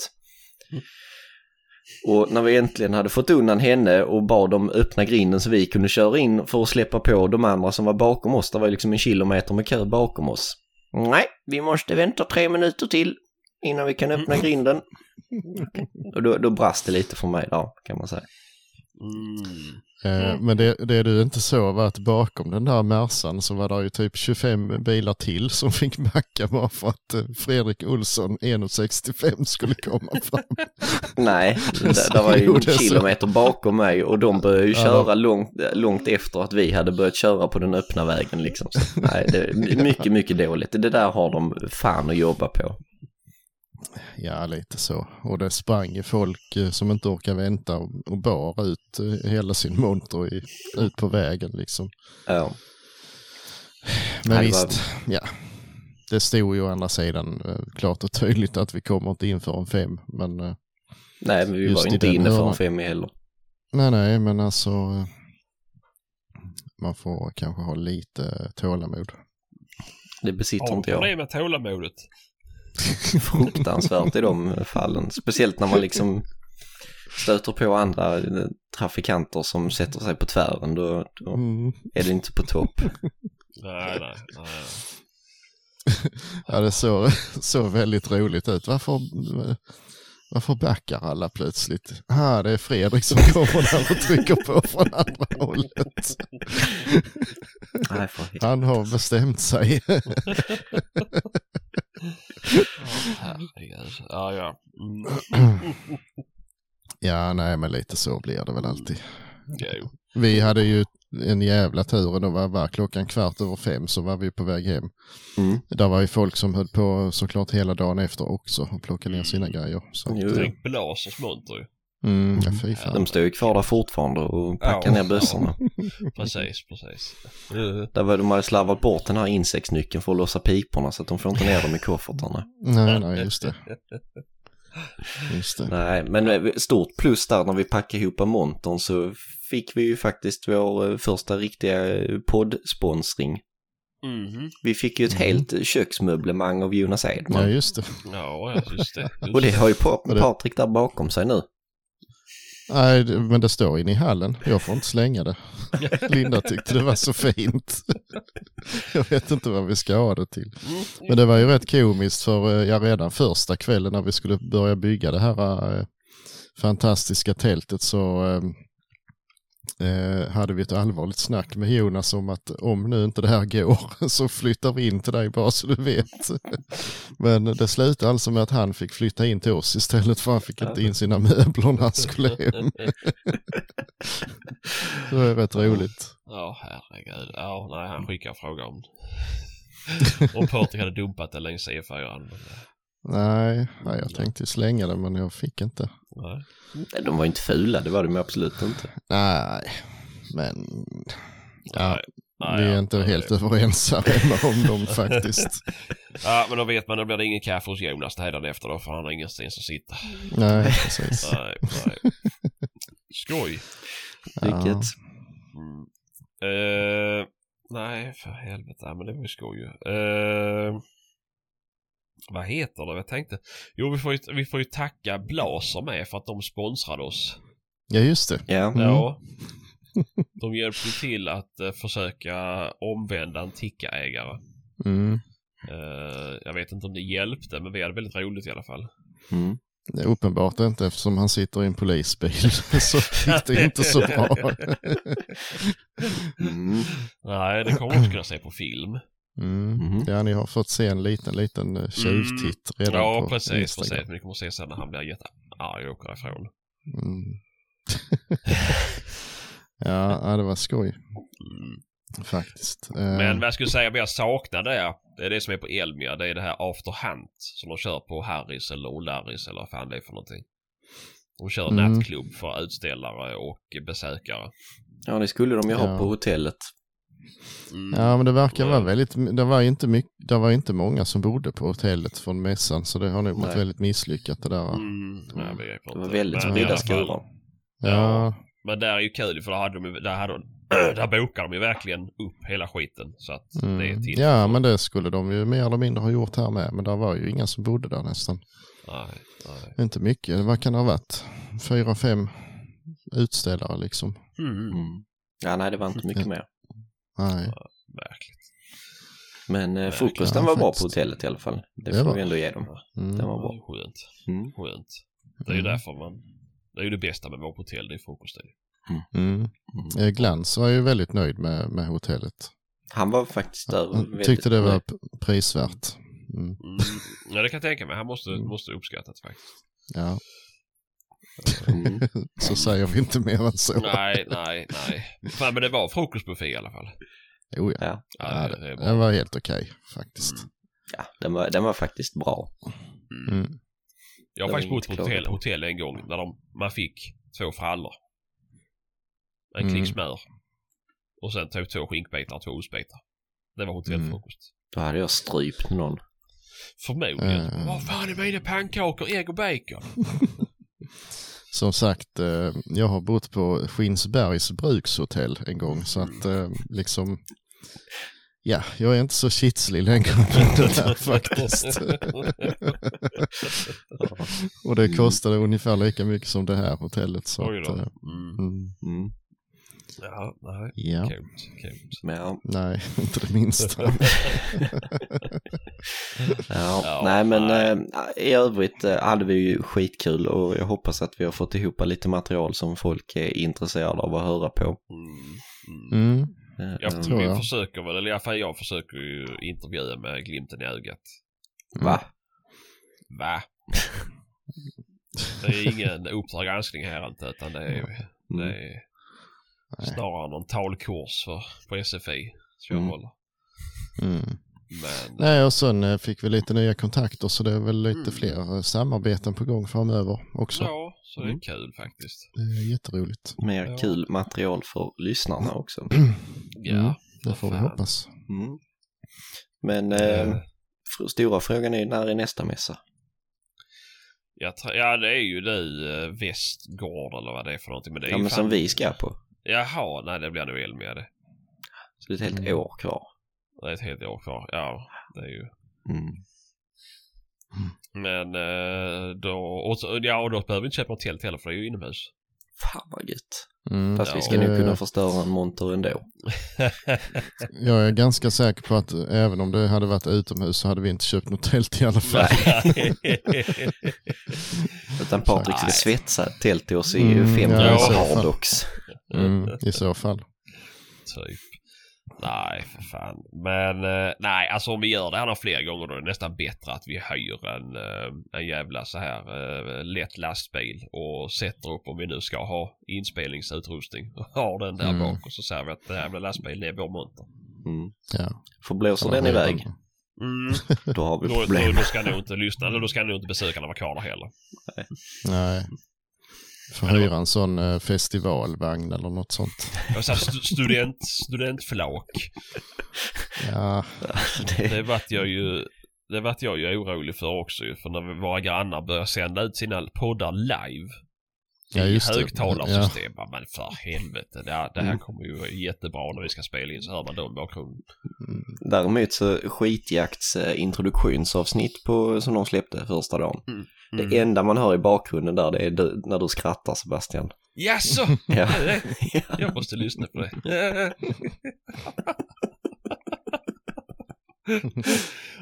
S5: Och när vi äntligen hade fått undan henne och bad dem öppna grinden så vi kunde köra in för att släppa på de andra som var bakom oss, det var ju liksom en kilometer med kö bakom oss. Nej, vi måste vänta tre minuter till innan vi kan öppna grinden. Och då, då brast det lite för mig då, kan man säga.
S6: Mm.
S1: Eh, Men det, det du inte såg var att bakom den där Mercan så var det ju typ 25 bilar till som fick backa bara för att eh, Fredrik Olsson 1,65 skulle komma fram.
S5: Nej, det,
S1: Så
S5: det var ju en
S1: gjorde så.
S5: kilometer bakom mig och de började ju
S1: Ja.
S5: köra långt, långt efter att vi hade börjat köra på den öppna vägen liksom. Så, nej, det är mycket, mycket dåligt. Det där har de fan att jobba på.
S1: Ja, lite så. Och det sprang ju folk eh, som inte orkar vänta och och bar ut eh, hela sin monter i, ut på vägen liksom.
S5: Ja.
S1: Men
S5: Nej, det var-
S1: visst, ja. Det stod ju å andra sidan eh, klart och tydligt att vi kommer inte in förrän fem. Men eh,
S5: Nej, men vi
S1: Just
S5: var
S1: i
S5: ju inte
S1: den
S5: inne förrän
S1: hörnan.
S5: fem i heller.
S1: nej, nej, men alltså. eh, Man får kanske ha lite eh, tålamod.
S5: Det besitter
S6: Har
S5: inte
S6: du
S5: jag.
S6: problem med tålamodet?
S5: fruktansvärt i de fallen. Speciellt när man liksom stöter på andra eh, trafikanter som sätter sig på tvären. Då, då
S1: Mm.
S5: är det inte på topp.
S6: Nej, nej, nej.
S1: Ja, det såg, såg väldigt roligt ut. Varför, eh, varför backar alla plötsligt? Ah, det är Fredrik som kommer där och trycker på från andra hållet.
S5: Nej, för helvete.
S1: Han har bestämt sig.
S6: Herregud. Ja, ja. Mm.
S1: Ja, nej, men lite så blir det väl alltid.
S6: Jo.
S1: Vi hade ju en jävla tur och då var, var klockan kvart över fem så var vi på väg hem.
S5: Mm.
S1: Där var ju folk som höll på såklart hela dagen efter också och plockade ner sina grejer. Så.
S5: Mm.
S1: eh,
S5: Jo, jo.
S6: Tänk Blasers monter ju.
S1: Mm, ja, fy
S5: De
S1: fan.
S5: står ju kvar där fortfarande och packar
S6: Ja.
S5: ner bössorna.
S6: Precis, precis. Eh,
S5: Där var de har slarvat bort den här insektsnyckeln för att lossa piporna så att de får inte ner dem i koffertarna.
S1: Nej, nej, just det. Just det.
S5: Nej, men eh, stort plus där när vi packade ihop montern så fick vi ju faktiskt vår eh, första riktiga eh, poddsponsring.
S6: Mhm.
S5: Vi fick ju ett helt eh, köksmöblemang av Jonas Edman.
S1: Mm. Ja, just det.
S6: Ja, ja, just det. Just
S5: Och det har ju
S1: Och
S5: Pa-
S1: det-
S5: Patrik där bakom sig nu.
S1: Nej, det- men det står inne i hallen. Jag får inte slänga det. Linda tyckte det var så fint. Jag vet inte vad vi ska ha det till. Men det var ju rätt komiskt för eh, ja, redan första kvällen när vi skulle börja bygga det här eh, fantastiska tältet så eh, eh, hade vi ett allvarligt snack med Jonas om att om nu inte det här går så flyttar vi in till dig bara så du vet. Men det slutade alltså med att han fick flytta in till oss istället för han fick inte in sina möbler när han skulle hem. Det var rätt roligt.
S6: Ja, herregud. Ja, nej, han skickar en fråga om... om Patrik hade dumpat det längs E E4. Men,
S1: Nej, nej, jag tänkte ju slänga det men jag fick inte.
S6: nej.
S5: Nej, De var ju inte fula, det var de ju absolut inte.
S1: Nej, men ja,
S6: Nej,
S1: vi är
S6: ja,
S1: inte
S6: nej,
S1: helt
S6: det-
S1: överens här hemma om dem faktiskt.
S6: Ja, men då vet man, då blir det ingen kaffe hos Jonas hädanefter då, för han har ingenstans att sitta.
S1: Nej, precis.
S6: Nej, nej. Skoj.
S5: Vilket,
S6: Mm. Eh, nej, för helvete. Ja, men det var ju skoj ju. Eh, vad heter det? Jag tänkte... Jo, vi får, ju, vi får ju tacka Blaser med för att de sponsrade oss.
S1: Ja, just det.
S5: ja.
S1: Mm.
S6: Ja. De hjälpte till att eh, försöka omvända en tickaägare.
S1: Mm.
S6: Eh, jag vet inte om det hjälpte, men vi hade väldigt roligt i alla fall.
S5: Mm.
S1: Det är uppenbart inte eftersom han sitter i en polisbil. Så gick det inte så bra.
S5: Mm.
S6: Nej, det kommer man också kunna se på film.
S1: Mm.
S5: Mhm.
S1: Ja, ni har fått se en liten, liten eh, tjuvtitt redan
S6: Mm. Ja,
S1: på
S6: precis,
S1: Instagram.
S6: precis. Men ni kommer se sen när han blir jättearg och åker därifrån.
S1: Mm. ja, ja, det var skoj
S6: Mm.
S1: faktiskt. Eh,
S6: Men vad jag skulle säga vad jag saknar det, det är det som är på Elmia, det är det här after hunt som de kör på Harris eller O'Larrys eller vad fan det är för någonting. De kör
S1: Mm.
S6: nattklubb för utställare och besökare.
S5: ja, det skulle de ju ha
S1: Ja.
S5: på hotellet.
S6: Mm.
S1: Ja, men det verkar vara väldigt, det var inte, mycket, det var inte många som bodde på hotellet från mässan, så det har nog varit
S5: Nej.
S1: väldigt misslyckat det där. va?
S6: Mm, nej, jag begriper
S5: Det var
S6: inte.
S5: väldigt
S6: Men i
S5: spridda
S6: alla fall-
S5: skurar.
S1: Ja,
S6: Men där är ju kul för där, hade de, ju- där, hade de, där bokar de ju verkligen upp hela skiten. Så att det är
S1: mm.
S6: till.
S1: ja, men det skulle de ju mer eller mindre ha gjort här med, men det var ju inga som bodde där nästan.
S6: Nej, nej.
S1: Inte mycket, vad kan det ha varit? Fyra, fem utställare liksom.
S6: Mm,
S5: Mm. Ja, nej, det var inte mycket
S1: Ja.
S5: mer.
S1: Nej,
S6: verkligt.
S5: Men eh,
S6: Nej,
S5: frukosten
S1: klart.
S5: var bra på
S1: Faktiskt.
S5: hotellet i alla fall. Det
S1: Det
S5: får
S1: var-
S5: vi ändå ge dem.
S1: mm.
S5: Den var bra.
S6: Skönt.
S5: Mm.
S6: Skönt. Det är ju
S1: Mm.
S6: därför man... Det är ju det bästa med vår hotell, det är frukosten.
S1: Mm. Eh, Glans var ju väldigt nöjd med, med hotellet.
S5: Han var faktiskt där.
S1: Han
S5: väldigt
S1: tyckte det var
S5: nöjd.
S1: p- prisvärt. Mm.
S6: Mm. Ja, det kan jag tänka mig. Han måste, måste uppskatta det faktiskt.
S1: Ja,
S5: Mm.
S1: så säger vi inte mer än så.
S6: Nej, nej, nej. Fan, men det var frukostbuffé i alla fall.
S1: Jo, ja.
S5: Ja,
S6: Ja,
S1: Ja,
S6: det, det är bra.
S1: Den var helt okej faktiskt.
S5: ja den, var, den var faktiskt bra.
S6: Mm.
S1: Mm.
S6: Jag har
S5: det
S6: faktiskt
S5: var
S6: bott på
S5: inget att
S6: hotell,
S5: klaga på.
S6: hotell en gång när de, man fick två frallor. En
S1: Mm.
S6: klick smör. Och sen tog två skinkbitar och två ostbitar. Det var
S1: Mm.
S6: hotellfrukost.
S5: Då hade jag strypt någon.
S6: Förmodligen.
S1: Mm.
S6: Vad fan är mina pannkakor, ägg och bacon?
S1: Som sagt, eh, jag har bott på Skinsbergs brukshotell en gång, så att eh, liksom, ja, jag är inte så kitslig längre på det där faktiskt. Och det kostade ungefär lika mycket som det här hotellet. Så
S6: Oj
S1: att,
S6: då.
S1: eh,
S6: Mm.
S1: mm,
S5: Mm.
S6: Ja, nej.
S1: ja,
S6: Kul, kul.
S5: Men ja,
S1: nej, inte det minsta.
S6: Mm.
S5: ja.
S6: Ja,
S5: nej men
S6: nej.
S5: eh, i övrigt eh, hade vi ju skitkul och jag hoppas att vi har fått ihop lite material som folk är intresserade av att höra på.
S6: Mm. Mm.
S1: Mm,
S5: Eh,
S6: Jag,
S1: tror
S6: vi
S1: jag.
S6: försöker väl, eller i alla fall jag försöker ju intervjua med glimten i ögat.
S5: Va?
S6: Va? Det är ingen Uppdrag granskning här inte, utan det är,
S5: Mm.
S6: det är snarare någon talkurs för, på SFI som jag
S5: Mm.
S6: håller.
S1: mm.
S6: Men
S1: Nej, och sen eh, fick vi lite nya kontakter, så det är väl lite
S6: Mm.
S1: fler eh, samarbeten på gång framöver också.
S6: ja, så det är
S5: Mm.
S6: kul faktiskt.
S1: Det är jätteroligt.
S5: Mer
S6: Ja.
S5: kul material för lyssnarna också.
S6: Ja,
S1: Mm, Det får vi
S6: fan.
S1: hoppas.
S5: Mm. Men eh, fr- stora frågan är ju, när är nästa mässa?
S6: Jag tror- ja, det är ju du eh, Västgård eller vad det är för någonting. Men det är
S5: Ja,
S6: ju
S5: men
S6: fan...
S5: som vi ska på.
S6: Jaha, nej det blir nog Elmia det.
S5: Så det är ett helt
S1: Mm.
S5: år kvar.
S6: Det är ett helt år kvar. Ja, det är ju
S5: Mm.
S6: Men eh, då, och så, ja, och då behöver vi inte köpa något tält heller för det är ju inomhus.
S5: Fan vad gött.
S1: Mm.
S5: Fast vi ska
S6: Ja.
S5: nog kunna förstöra en monter ändå.
S1: Jag är ganska säker på att även om det hade varit utomhus så hade vi inte köpt något tält i alla fall.
S5: Utan Patrik ska
S6: Nej.
S5: svetsa ett tält till oss i
S1: Mm,
S5: fem
S1: ja,
S6: i
S5: ja,
S6: så
S1: fall.
S5: hardox.
S1: Mm, I så fall.
S6: typ. Nej, för fan. Men eh, nej, alltså om vi gör det här några fler gånger då är det nästan bättre att vi höjer en, eh, en jävla så här eh, lätt lastbil och sätter upp om vi nu ska ha inspelningsutrustning och har den där
S1: Mm.
S6: bak och så säger vi att den här jävla lastbilen är vår monter.
S5: Mm.
S1: Ja.
S5: För blåser den iväg,
S6: Mm.
S5: då har vi
S6: Då, då,
S5: problem.
S6: då ska nog inte lyssna, eller då ska nog inte besökarna vara kvar där heller.
S1: Nej. Får hyra en sån eh, festivalvagn eller något sånt.
S6: Jag sa stu- student, studentflak.
S1: Ja,
S6: Det
S5: Det,
S6: vart jag ju det vart jag ju orolig för också ju, för när våra grannar började sända ut sina poddar live
S1: ja
S6: i
S1: just det.
S6: högtalarsystem. Ja. Men för helvete, det här, det här
S5: Mm.
S6: kommer ju jättebra när vi ska spela in så hör man dem i bakgrunden.
S5: däremot så skitjakts eh, introduktionsavsnitt på, som de släppte första dagen.
S6: Mm.
S5: Det enda man hör i bakgrunden där det är du, när du skrattar Sebastian.
S6: Jaså,
S5: Ja.
S6: är det?
S5: Ja.
S6: jag måste lyssna på det.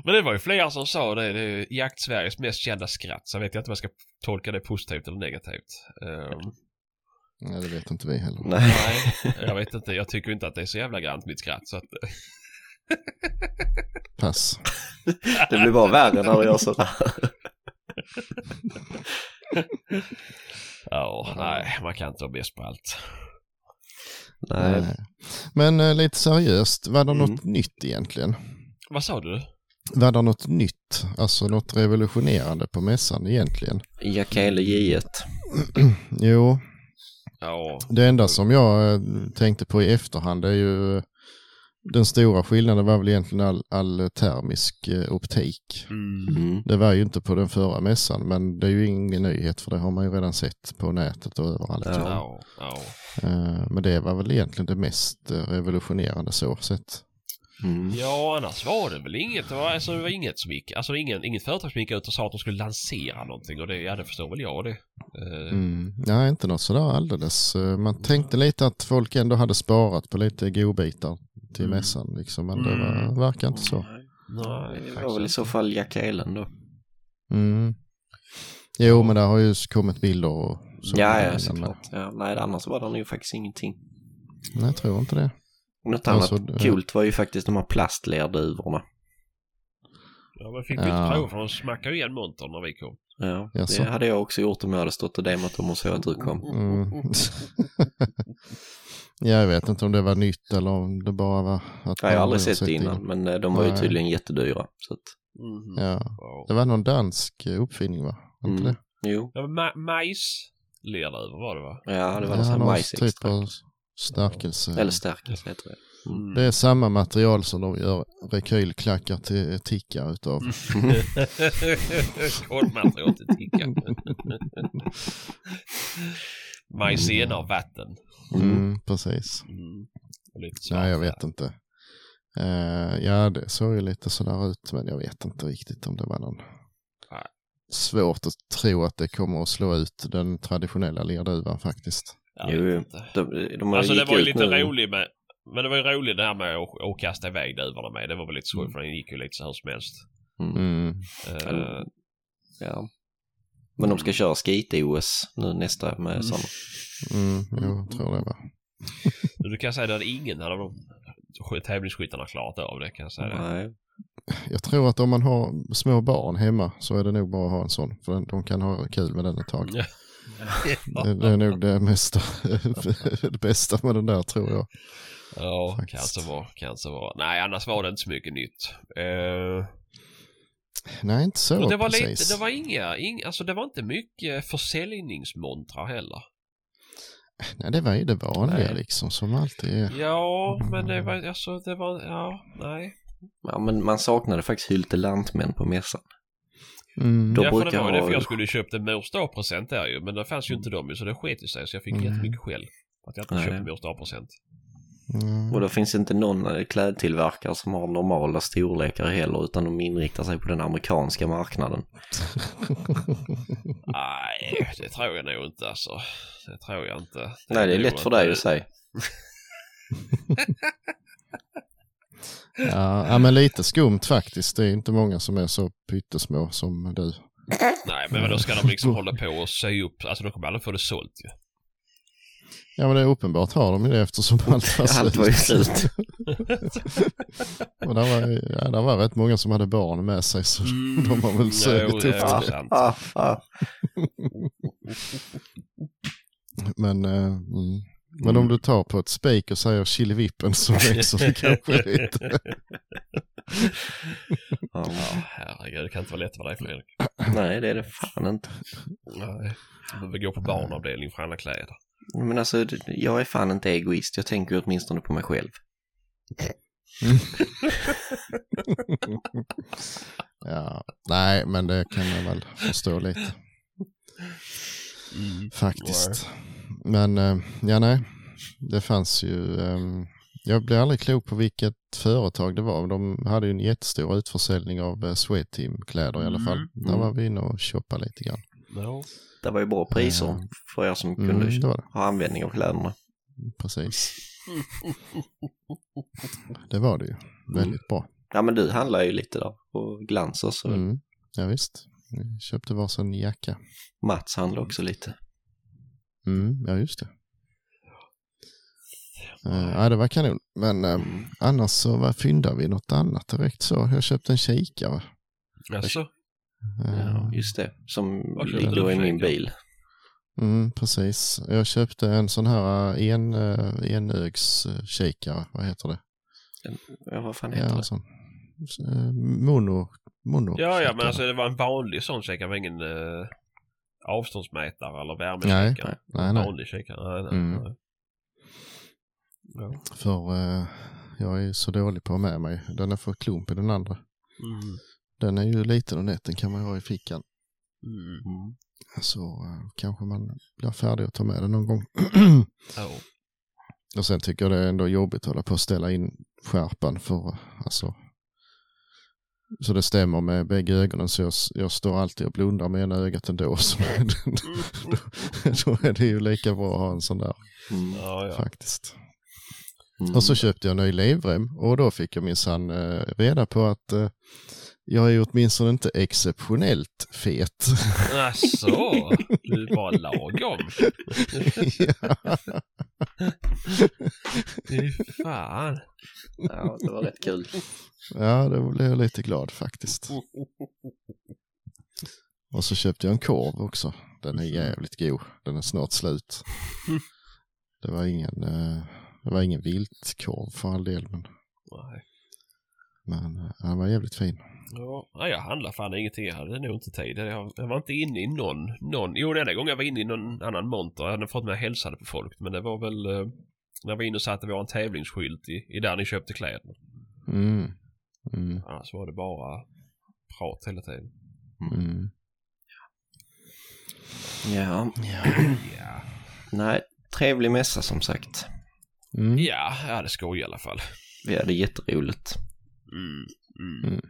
S6: Men det var ju flera som sa det, det är Jakt Sveriges mest kända skratt. Så vet jag inte om jag ska tolka det positivt eller negativt. Ehm,
S1: Ja. Nej, det vet inte vi heller.
S5: Nej.
S6: Nej, jag vet inte. Jag tycker inte att det är så jävla grant mitt skratt. Så att,
S1: Pass.
S5: Det blir bara värre när du gör sådär.
S6: ja, nej, man kan inte vara bäst på allt.
S5: Nej.
S1: Men eh, lite seriöst, var det
S5: Mm.
S1: något nytt egentligen?
S6: Vad sa du?
S1: Var det något nytt, alltså något revolutionerande på mässan egentligen?
S5: Jakele J1.
S1: Jo,
S6: Ja,
S1: Det enda som jag eh, tänkte på i efterhand är ju den stora skillnaden var väl egentligen all, all termisk eh, optik.
S6: Mm.
S5: Mm.
S1: Det var ju inte på den förra mässan, men det är ju ingen nyhet för det har man ju redan sett på nätet och överallt.
S5: Ja.
S6: Ja, ja.
S1: Eh, Men det var väl egentligen det mest eh, revolutionerande så sett.
S5: Mm.
S6: ja, annars var det väl inget. Det var, alltså, det var inget som gick, alltså ingen, inget företag som gick ut och sa att de skulle lansera någonting och det, ja det förstår väl jag det. Eh,
S1: Mm. Nej, inte något sådär alldeles. Eh, Man tänkte lite att folk ändå hade sparat på lite godbitar till
S6: Mm.
S1: mässan, liksom, men det
S6: Mm.
S1: var, verkar inte så.
S6: Nej,
S5: Det var
S6: faktiskt
S5: väl i
S6: inte.
S5: så fall Jack Halen då.
S1: Mm. Jo, men det har ju kommit bilder och så.
S5: ja, ja,
S1: Men-
S5: såklart. Ja, nej, annars var det nog faktiskt ingenting.
S1: Nej, jag tror inte det.
S5: Något
S1: Alltså,
S5: annat
S1: det-
S5: coolt var ju faktiskt de här plastlerduvorna.
S6: Ja, men fick vi inte
S1: Ja.
S6: prova för de smackade ju igen muntern när vi kom.
S5: Ja,
S1: Jaså?
S5: det hade jag också gjort om jag hade stått och demat dem och så att du kom.
S1: Mm. ja, jag vet inte om det var nytt eller om det bara var... Att
S5: Jag har
S1: man
S5: aldrig
S1: hade
S5: sett det innan, men eh, de var ju
S1: Nej.
S5: tydligen jättedyra. Så att,
S6: Mhm.
S1: Ja.
S6: Ja.
S1: Det var någon dansk eh, uppfinning, va? Var Inte
S5: Mm.
S1: det?
S5: jo,
S6: Det var ma- majs lerduvor var det va?
S5: ja, det var
S1: Ja,
S5: ja,
S1: någon
S5: majsextrakt.
S1: typ av stärkelse.
S5: Eller stärkelse heter det. Mm.
S1: Det är samma material som de gör rekylklackar till tickar utav.
S6: Korvmaterial till ticka. Majsena och vatten.
S1: Mm, precis.
S6: Mm. Och lite så.
S1: Nej, jag vet inte. Eh, ja, det såg ju lite sådär ut, men jag vet inte riktigt om det var någon.
S6: Nej.
S1: Svårt att tro att det kommer att slå ut den traditionella lerduvan faktiskt.
S6: Jag vet
S5: Jo, jo.
S6: inte.
S5: De, de har
S6: Alltså
S5: gick
S6: det var ju
S5: ut
S6: lite
S5: nu.
S6: roligt med men det var ju roligt det här med att, att kasta iväg duvorna med. Det var väl lite skoj för den gick ju lite så här som helst.
S5: Mm.
S1: Mm.
S6: Eh,
S5: Ja. Ja. Men de ska köra skate-OS nu nästa med sådana.
S1: Mm, jag tror det var.
S6: men du kan säga att ingen hade de sk- tävlingsskyttarna klarat av det kan jag säga. det.
S5: Nej.
S1: Jag tror att om man har små barn hemma så är det nog bara att ha en sån. För den- de kan ha kul med den ett tag.
S6: Ja.
S1: Det, det är nog det mesta, det bästa med den där tror jag.
S6: Ja,
S1: Faktiskt.
S6: kan så vara, kan så vara. Nej, annars var det inte så mycket nytt. Eh,
S1: Nej, inte så
S6: och det var
S1: precis.
S6: lite, det var inga, ing, alltså det var inte mycket försäljningsmontrar heller.
S1: Nej, det var ju det vanliga
S5: Nej.
S1: liksom som alltid är.
S6: Ja, men det var, alltså det var, ja, nej.
S5: Ja, men man saknade faktiskt Hylte Lantmän på mässan.
S1: Mm.
S5: De
S6: ja, för det
S5: brukar
S6: var ju
S5: ha-
S6: det,
S5: Mm.
S6: för jag skulle ju köpt en mors present där ju, men det fanns ju inte dem ju, så det sket ju sig, så jag fick
S1: Mm.
S6: jättemycket skäll. för Att jag inte
S5: Nej.
S6: köpte mors present
S1: Mm.
S5: Och det finns inte någon eh, klädtillverkare som har normala storlekar heller, utan de inriktar sig på den amerikanska marknaden.
S6: Nej, det tror jag nog inte alltså. Det tror jag inte.
S5: Nej, det är
S6: nog
S5: lätt för
S6: inte-
S5: dig
S1: eh,
S5: att säga.
S1: Ja, ja, men lite skumt faktiskt. Det är inte många som är så pyttesmå som du.
S6: Nej, men då ska de liksom hålla på och sy upp, alltså de kommer aldrig få det sålt ju.
S1: Ja, men det är uppenbart har de ju det eftersom allt var
S5: Allt var ju slut.
S1: Och där var, ja, där var rätt många som hade barn med sig så de har väl sugit
S6: Mm, jo,
S1: upp
S6: det är
S1: det.
S6: väl sant.
S5: Ah, ah.
S1: Men, eh, mm. men om du tar på ett spik och säger killevippen så växer det kanske lite.
S5: Ja,
S6: Ja, herregud, det kan inte vara lätt för dig Fredrik.
S5: nej, det är det fan inte.
S6: Nej. Du behöver gå på
S5: Mm.
S6: barnavdelning för alla kläder.
S5: Men alltså, det- jag är fan inte egoist. Jag tänker ju åtminstone på mig själv.
S1: Ja, nej, men det kan man väl förstå lite
S6: Mm.
S1: faktiskt. Men eh, ja, nej, det fanns ju. ehm, jag blir aldrig klok på vilket företag det var. men De hade ju en jättestor utförsäljning av eh, Swedeteam-kläder i alla fall.
S6: Mm.
S1: Där var vi inne och shoppade lite grann.
S6: Ja.
S5: Det var ju bra priser för er som kunde
S1: Mm, det var det.
S5: ha användning av kläderna.
S1: Precis. Det var det
S6: Mm.
S1: ju. Väldigt bra.
S5: Ja, men du handlar ju lite där på glans och så.
S1: Mm. Ja, visst. Vi köpte varsin jacka.
S5: Mats handlar också lite.
S1: Mm. Ja, just det. Eh, ja, det var kanon. Men eh, annars så var, fyndade vi något annat direkt så. Jag köpte en kikare.
S6: Alltså,
S1: Eh,
S5: Ja, just det. Som
S6: Vad köpte du
S5: ligger
S6: för
S5: i min
S6: kikare?
S5: bil.
S1: mm, precis. Jag köpte en sån här eh, en, eh, enögs eh, kikare. Vad heter det?
S5: Ja, vad fan heter
S1: Ja, en sån. Eh, mono. mono
S6: ja, ja, men
S1: kikare.
S6: alltså det var en vanlig sån kikare, det var ingen eh, avståndsmätare eller
S1: Nej,
S6: värmekikare.
S1: nej, nej.
S5: Mm.
S6: Vanlig kikare, nej, nej.
S1: Mm.
S6: nej. Ja.
S1: För eh, Jag är så dålig på att ha med mig. Den är för klumpig den andra.
S6: Mm.
S1: Den är ju liten och nätt, den kan man ju ha i fickan.
S6: Mm.
S1: Så eh, kanske man blir färdig att ta med den någon gång.
S6: Ja.
S1: och sen tycker jag det är ändå jobbigt att hålla på att ställa in skärpan för, eh, alltså, så det stämmer med bägge ögonen så jag, s- jag står alltid och blundar med ena ögat ändå. Så då, då är det ju lika bra att ha en sån där
S5: Mm.
S6: Ja, ja.
S1: faktiskt.
S5: Mm.
S1: Och så köpte jag en ny livrem och då fick jag minsann eh, reda på att eh, jag är åtminstone inte exceptionellt fet.
S6: Alltså, du är bara lagom.
S1: ja.
S6: Fy fan.
S5: Ja, det var rätt kul.
S1: ja, då blev jag lite glad faktiskt. Och så köpte jag en korv också. Den är jävligt god. Den är snart slut. Det var ingen, eh, det var ingen viltkorv för all del, men,
S6: Nej.
S1: men eh, den var jävligt fin.
S6: Ja, nej, jag handlar fan ingenting. Jag hade nog inte tid. Jag, jag var inte inne i någon, någon. Jo, den enda gången jag var inne i någon annan monter. Jag hade fått med och hälsade på folk. Men det var väl eh, när jag var inne och satte vi har en tävlingsskylt i, i där ni köpte kläderna.
S1: Mm. Mm.
S6: Annars var det bara prat hela tiden.
S1: Mm.
S5: Ja,
S1: Ja.
S6: Ja,
S5: nej, trevlig mässa som sagt.
S1: Mm.
S6: ja jag hade skoj i alla fall.
S5: Vi hade jätteroligt.
S6: Mm. Mm.
S1: Mm.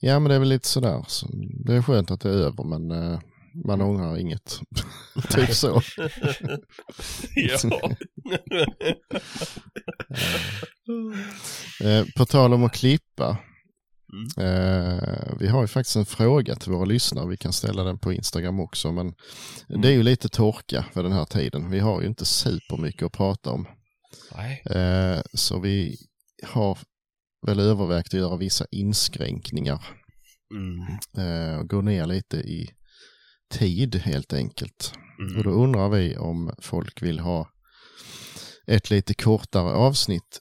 S1: Ja, men det är väl lite sådär. Så det är skönt att det är över, men eh, man ångrar inget. typ så.
S6: ja.
S1: Liksom. Eh, på tal om att klippa. Eh, vi har ju faktiskt en fråga till våra lyssnare. Vi kan ställa den på Instagram också, men det är ju lite torka för den här tiden. Vi har ju inte supermycket att prata om.
S6: Nej.
S1: Eh, så vi har väl övervägt att göra vissa inskränkningar.
S6: Mm.
S1: Eh, och gå ner lite i tid helt enkelt. Och då
S6: Mm.
S1: undrar vi om folk vill ha ett lite kortare avsnitt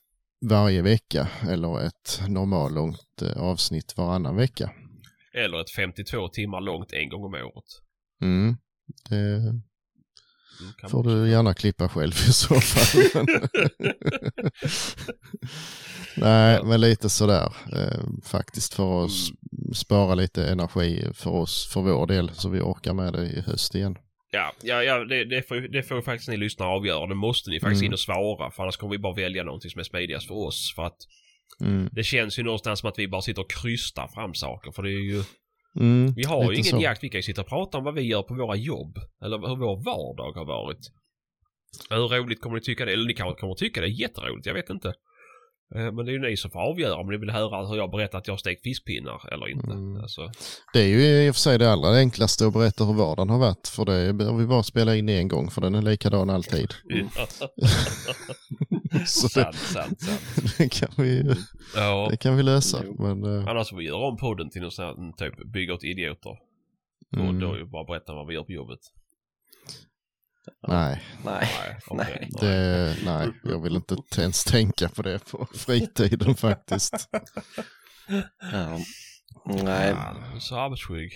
S1: varje vecka eller ett normallångt eh, avsnitt varannan vecka.
S6: Eller ett 52 timmar långt en gång om året.
S1: Mm. Det
S6: Mm, kan
S1: får
S6: man-
S1: du gärna klippa själv i så fall. Men- Nej, men lite sådär eh, faktiskt för att s-
S6: Mm.
S1: spara lite energi för oss för vår del så vi orkar med det i höst igen.
S6: Ja, ja, ja det, det, får, det får faktiskt ni lyssnare avgöra. Det måste ni faktiskt
S1: Mm.
S6: in och svara. För annars kommer vi bara välja någonting som är smidigast för oss. För att
S1: Mm.
S6: det känns ju någonstans som att vi bara sitter och krystar fram saker. För det är ju...
S1: Mm,
S6: Vi har ju
S1: lite
S6: ingen
S1: så.
S6: jakt. Vi kan ju sitta och prata om vad vi gör på våra jobb. Eller hur vår vardag har varit. Hur roligt kommer ni tycka det? Eller ni kanske kommer tycka det är jätteroligt. Jag vet inte. Eh, Men det är ju ni som får avgöra om ni vill höra hur jag berättar att jag har stekt fiskpinnar eller inte.
S1: Mm.
S6: Alltså,
S1: Det är ju i och för sig det allra enklaste att berätta hur vardagen har varit. För det behöver vi bara spela in en gång för den är likadan alltid. Så det,
S6: sant, sant, sant.
S1: det, kan vi,
S6: Ja.
S1: det kan vi lösa.
S5: Jo.
S1: Men, eh,
S6: Annars får vi göra om podden till någon sån här mm, typ bygga åt idioter. Och
S1: mm,
S6: då är det bara berätta vad vi gör på jobbet.
S1: nej,
S5: Nej,
S6: Nej,
S5: Nej.
S6: okej.
S1: det, nej, jag vill inte t- ens tänka på det på fritiden faktiskt.
S5: ja. nej.
S6: Fan, jag är Så arbetsskygg.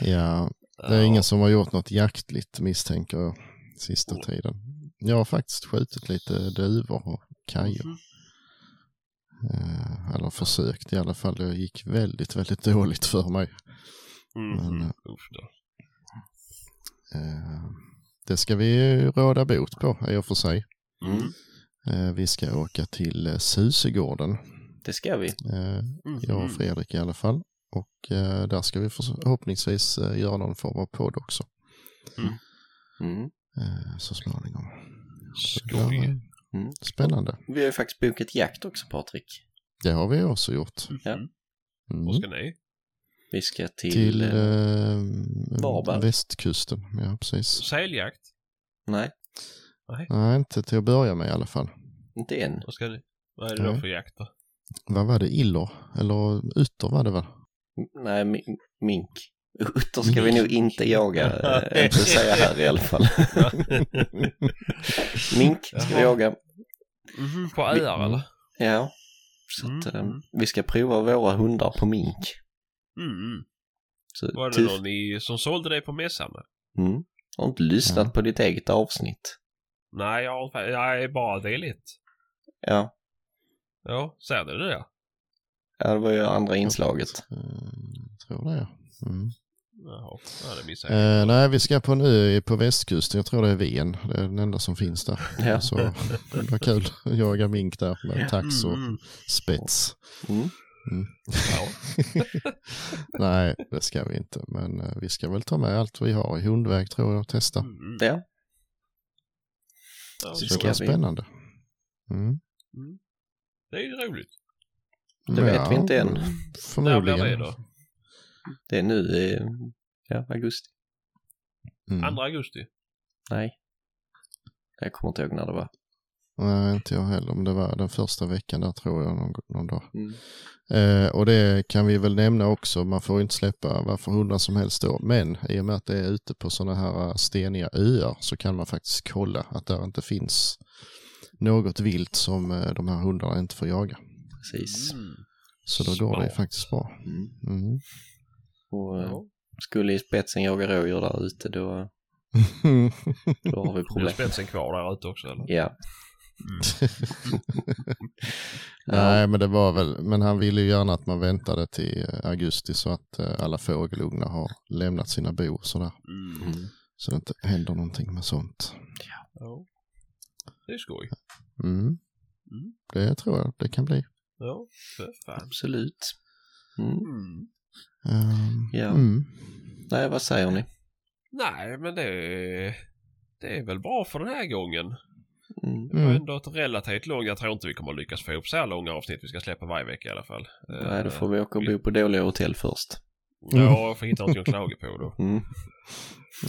S1: Ja, det är ingen som har gjort något jaktligt misstänker jag sista
S6: Mm.
S1: tiden. Jag har faktiskt skjutit lite duvor och kajor.
S6: Mhm.
S1: Eh, Eller försökt i alla fall. Det gick väldigt, väldigt dåligt för mig.
S6: Mhm.
S1: Men-
S6: Usch då.
S1: Eh, Det ska vi ju råda bot på i och för sig.
S6: Mm.
S1: Eh, Vi ska åka till eh, Susegården.
S5: Det ska vi.
S1: Eh,
S6: Mhm.
S1: Jag och Fredrik i alla fall. Och eh, där ska vi förhoppningsvis eh, göra någon form av podd också.
S5: Mm.
S1: eh, Så småningom.
S6: Skoj.
S1: Ja,
S5: Mm.
S1: Spännande.
S5: Vi har ju faktiskt bokat jakt också, Patrik.
S1: Det har vi också gjort.
S5: Ja.
S1: Mm.
S6: Vad ska ni?
S5: Vi ska till...
S1: Till
S5: eh,
S1: eh,
S5: Varberg.
S1: västkusten. Ja, precis.
S6: Säljakt?
S5: Nej,
S1: Nej, inte till att börja med i alla fall.
S5: inte än.
S6: Vad ska ni? Vad är det då
S1: Nej.
S6: för jakt då?
S1: Vad var det? Iller? Eller ytter var det va?
S5: M- Nej, mi- mink. Utter ska vi nog inte jaga, eh, inte säga här i alla fall. Mink ska vi
S6: Jaha.
S5: jaga.
S6: Mhm, På öar
S1: Mm.
S6: eller?
S5: Ja, så att, eh,
S6: Mm.
S5: vi ska prova våra hundar på mink.
S6: Mm.
S5: Så
S6: Var det
S5: tuff-
S6: någon i, som sålde det på mässan?
S5: Mm. Jag har inte lyssnat
S1: Ja.
S5: på ditt eget avsnitt.
S6: Nej, jag har nej, bara deligt.
S5: Ja,
S6: Ja, ser du det? Ja.
S5: ja det var ju andra inslaget.
S1: Mm, tror det ja. Mm.
S6: Jaha, ja, det missade jag.
S1: Eh, nej, vi ska på en ö på västkusten. Jag tror det är Ven. Det är den enda som finns där.
S5: Ja.
S1: Så det var kul att jaga mink där med tax och
S6: Mm, mm.
S1: spets.
S5: Mm.
S6: Ja.
S1: Nej, det ska vi inte. Men eh, vi ska väl ta med allt vi har i hundväg tror jag och testa.
S6: Mm, mm.
S5: Ja.
S6: Ja,
S1: Så
S6: det
S1: det
S5: ska
S1: blir
S5: vi.
S1: spännande. Mm.
S6: Det är ju roligt.
S5: Det vet vi inte än.
S6: När blir
S1: Förmodligen.
S6: det då?
S5: Det är nu i ja, augusti.
S1: Mm.
S6: Andra augusti?
S5: Nej. Jag kommer inte ihåg när det var.
S1: Nej, inte jag heller. Men det var den första veckan där tror jag någon, någon dag.
S5: Mm.
S1: Eh, och det kan vi väl nämna också, man får inte släppa varför hundar som helst då. Men i och med att det är ute på sådana här eh, steniga öar så kan man faktiskt kolla att där inte finns något vilt som eh, de här hundarna inte får jaga.
S5: Precis.
S1: Så då går det
S6: Smart.
S1: faktiskt bra.
S5: Mm.
S1: Mm.
S5: Och eh,
S6: Ja.
S5: skulle i spetsen jaga rådjur där ute då, då har vi
S6: Blir
S5: problem.
S6: spetsen kvar där ute också eller?
S5: Ja.
S1: Nej, men det var väl, men han ville ju gärna att man väntade till eh, augusti så att eh, alla fågelugnar har lämnat sina bo och sådär.
S6: Mm.
S5: Mm.
S1: Så det inte händer någonting med sånt.
S6: Ja. Det är skoj.
S1: Mm.
S6: Mm.
S1: Det tror jag det kan bli.
S6: Ja, för fan.
S5: Absolut. Mm.
S6: Mm.
S1: Ehm,
S5: Ja.
S1: mm.
S5: Nej, vad säger ni?
S6: Nej, men det, det är väl bra för den här gången.
S5: Mm.
S6: Det var
S1: Mm.
S6: ändå ett relativt långt. Jag tror inte vi kommer lyckas få ihop så här långa avsnitt vi ska släppa varje vecka i alla fall.
S5: Nej, då får vi åka och bo på dåliga hotell först.
S6: Eh, Ja, jag får hitta någonting att klaga på då.
S5: Mm.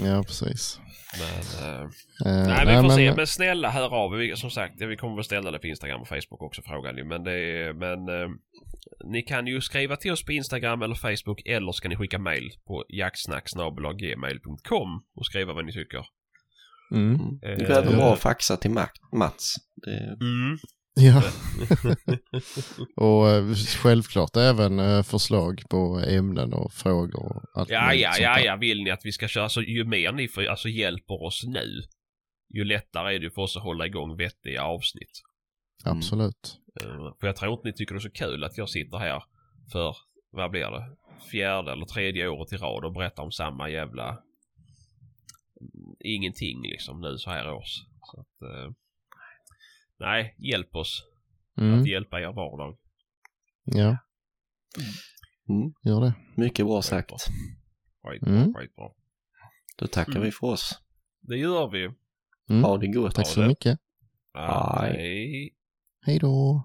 S1: Ja, precis.
S6: Men, eh,
S1: Eh,
S6: nej, vi får se.
S1: men-
S6: Men snälla, hör av er. Vi- Som sagt, vi kommer väl ställa det på Instagram och Facebook också frågan ju. Men, det är, men eh, ni kan ju skriva till oss på Instagram eller Facebook eller så kan ni skicka mail på jaktsnacksgmail.com och skriva vad ni tycker.
S1: Mm.
S5: Mm. Det
S6: Eh,
S5: går även
S1: ja.
S5: bra att faxa till Mac- Mats. Det...
S6: Mm.
S1: Ja. och eh, självklart även eh, förslag på ämnen och frågor och allt
S6: Ja,
S1: möjligt
S6: ja,
S1: sånt
S6: ja,
S1: där.
S6: ja, vill ni att vi ska köra, alltså ju mer ni för, alltså, hjälper oss nu, ju lättare är det för oss att hålla igång vettiga avsnitt.
S1: Absolut.
S6: Eh, För jag tror inte ni tycker det är så kul att jag sitter här för, vad blir det, fjärde eller tredje året i rad och berättar om samma jävla mm, ingenting liksom nu så här års. Så att, eh, nej, hjälp oss
S1: Mm.
S6: att hjälpa er vardag.
S1: Ja,
S5: Mm.
S1: gör det.
S5: Mycket bra sagt.
S6: Skitbra,
S1: Mm.
S6: skitbra.
S5: Då tackar
S6: Mm.
S5: vi för oss.
S6: Det gör vi.
S1: Mm.
S5: Ha det gott.
S1: Tack så mycket.
S6: Ja,
S5: Aj.
S6: hej.
S1: Hej då.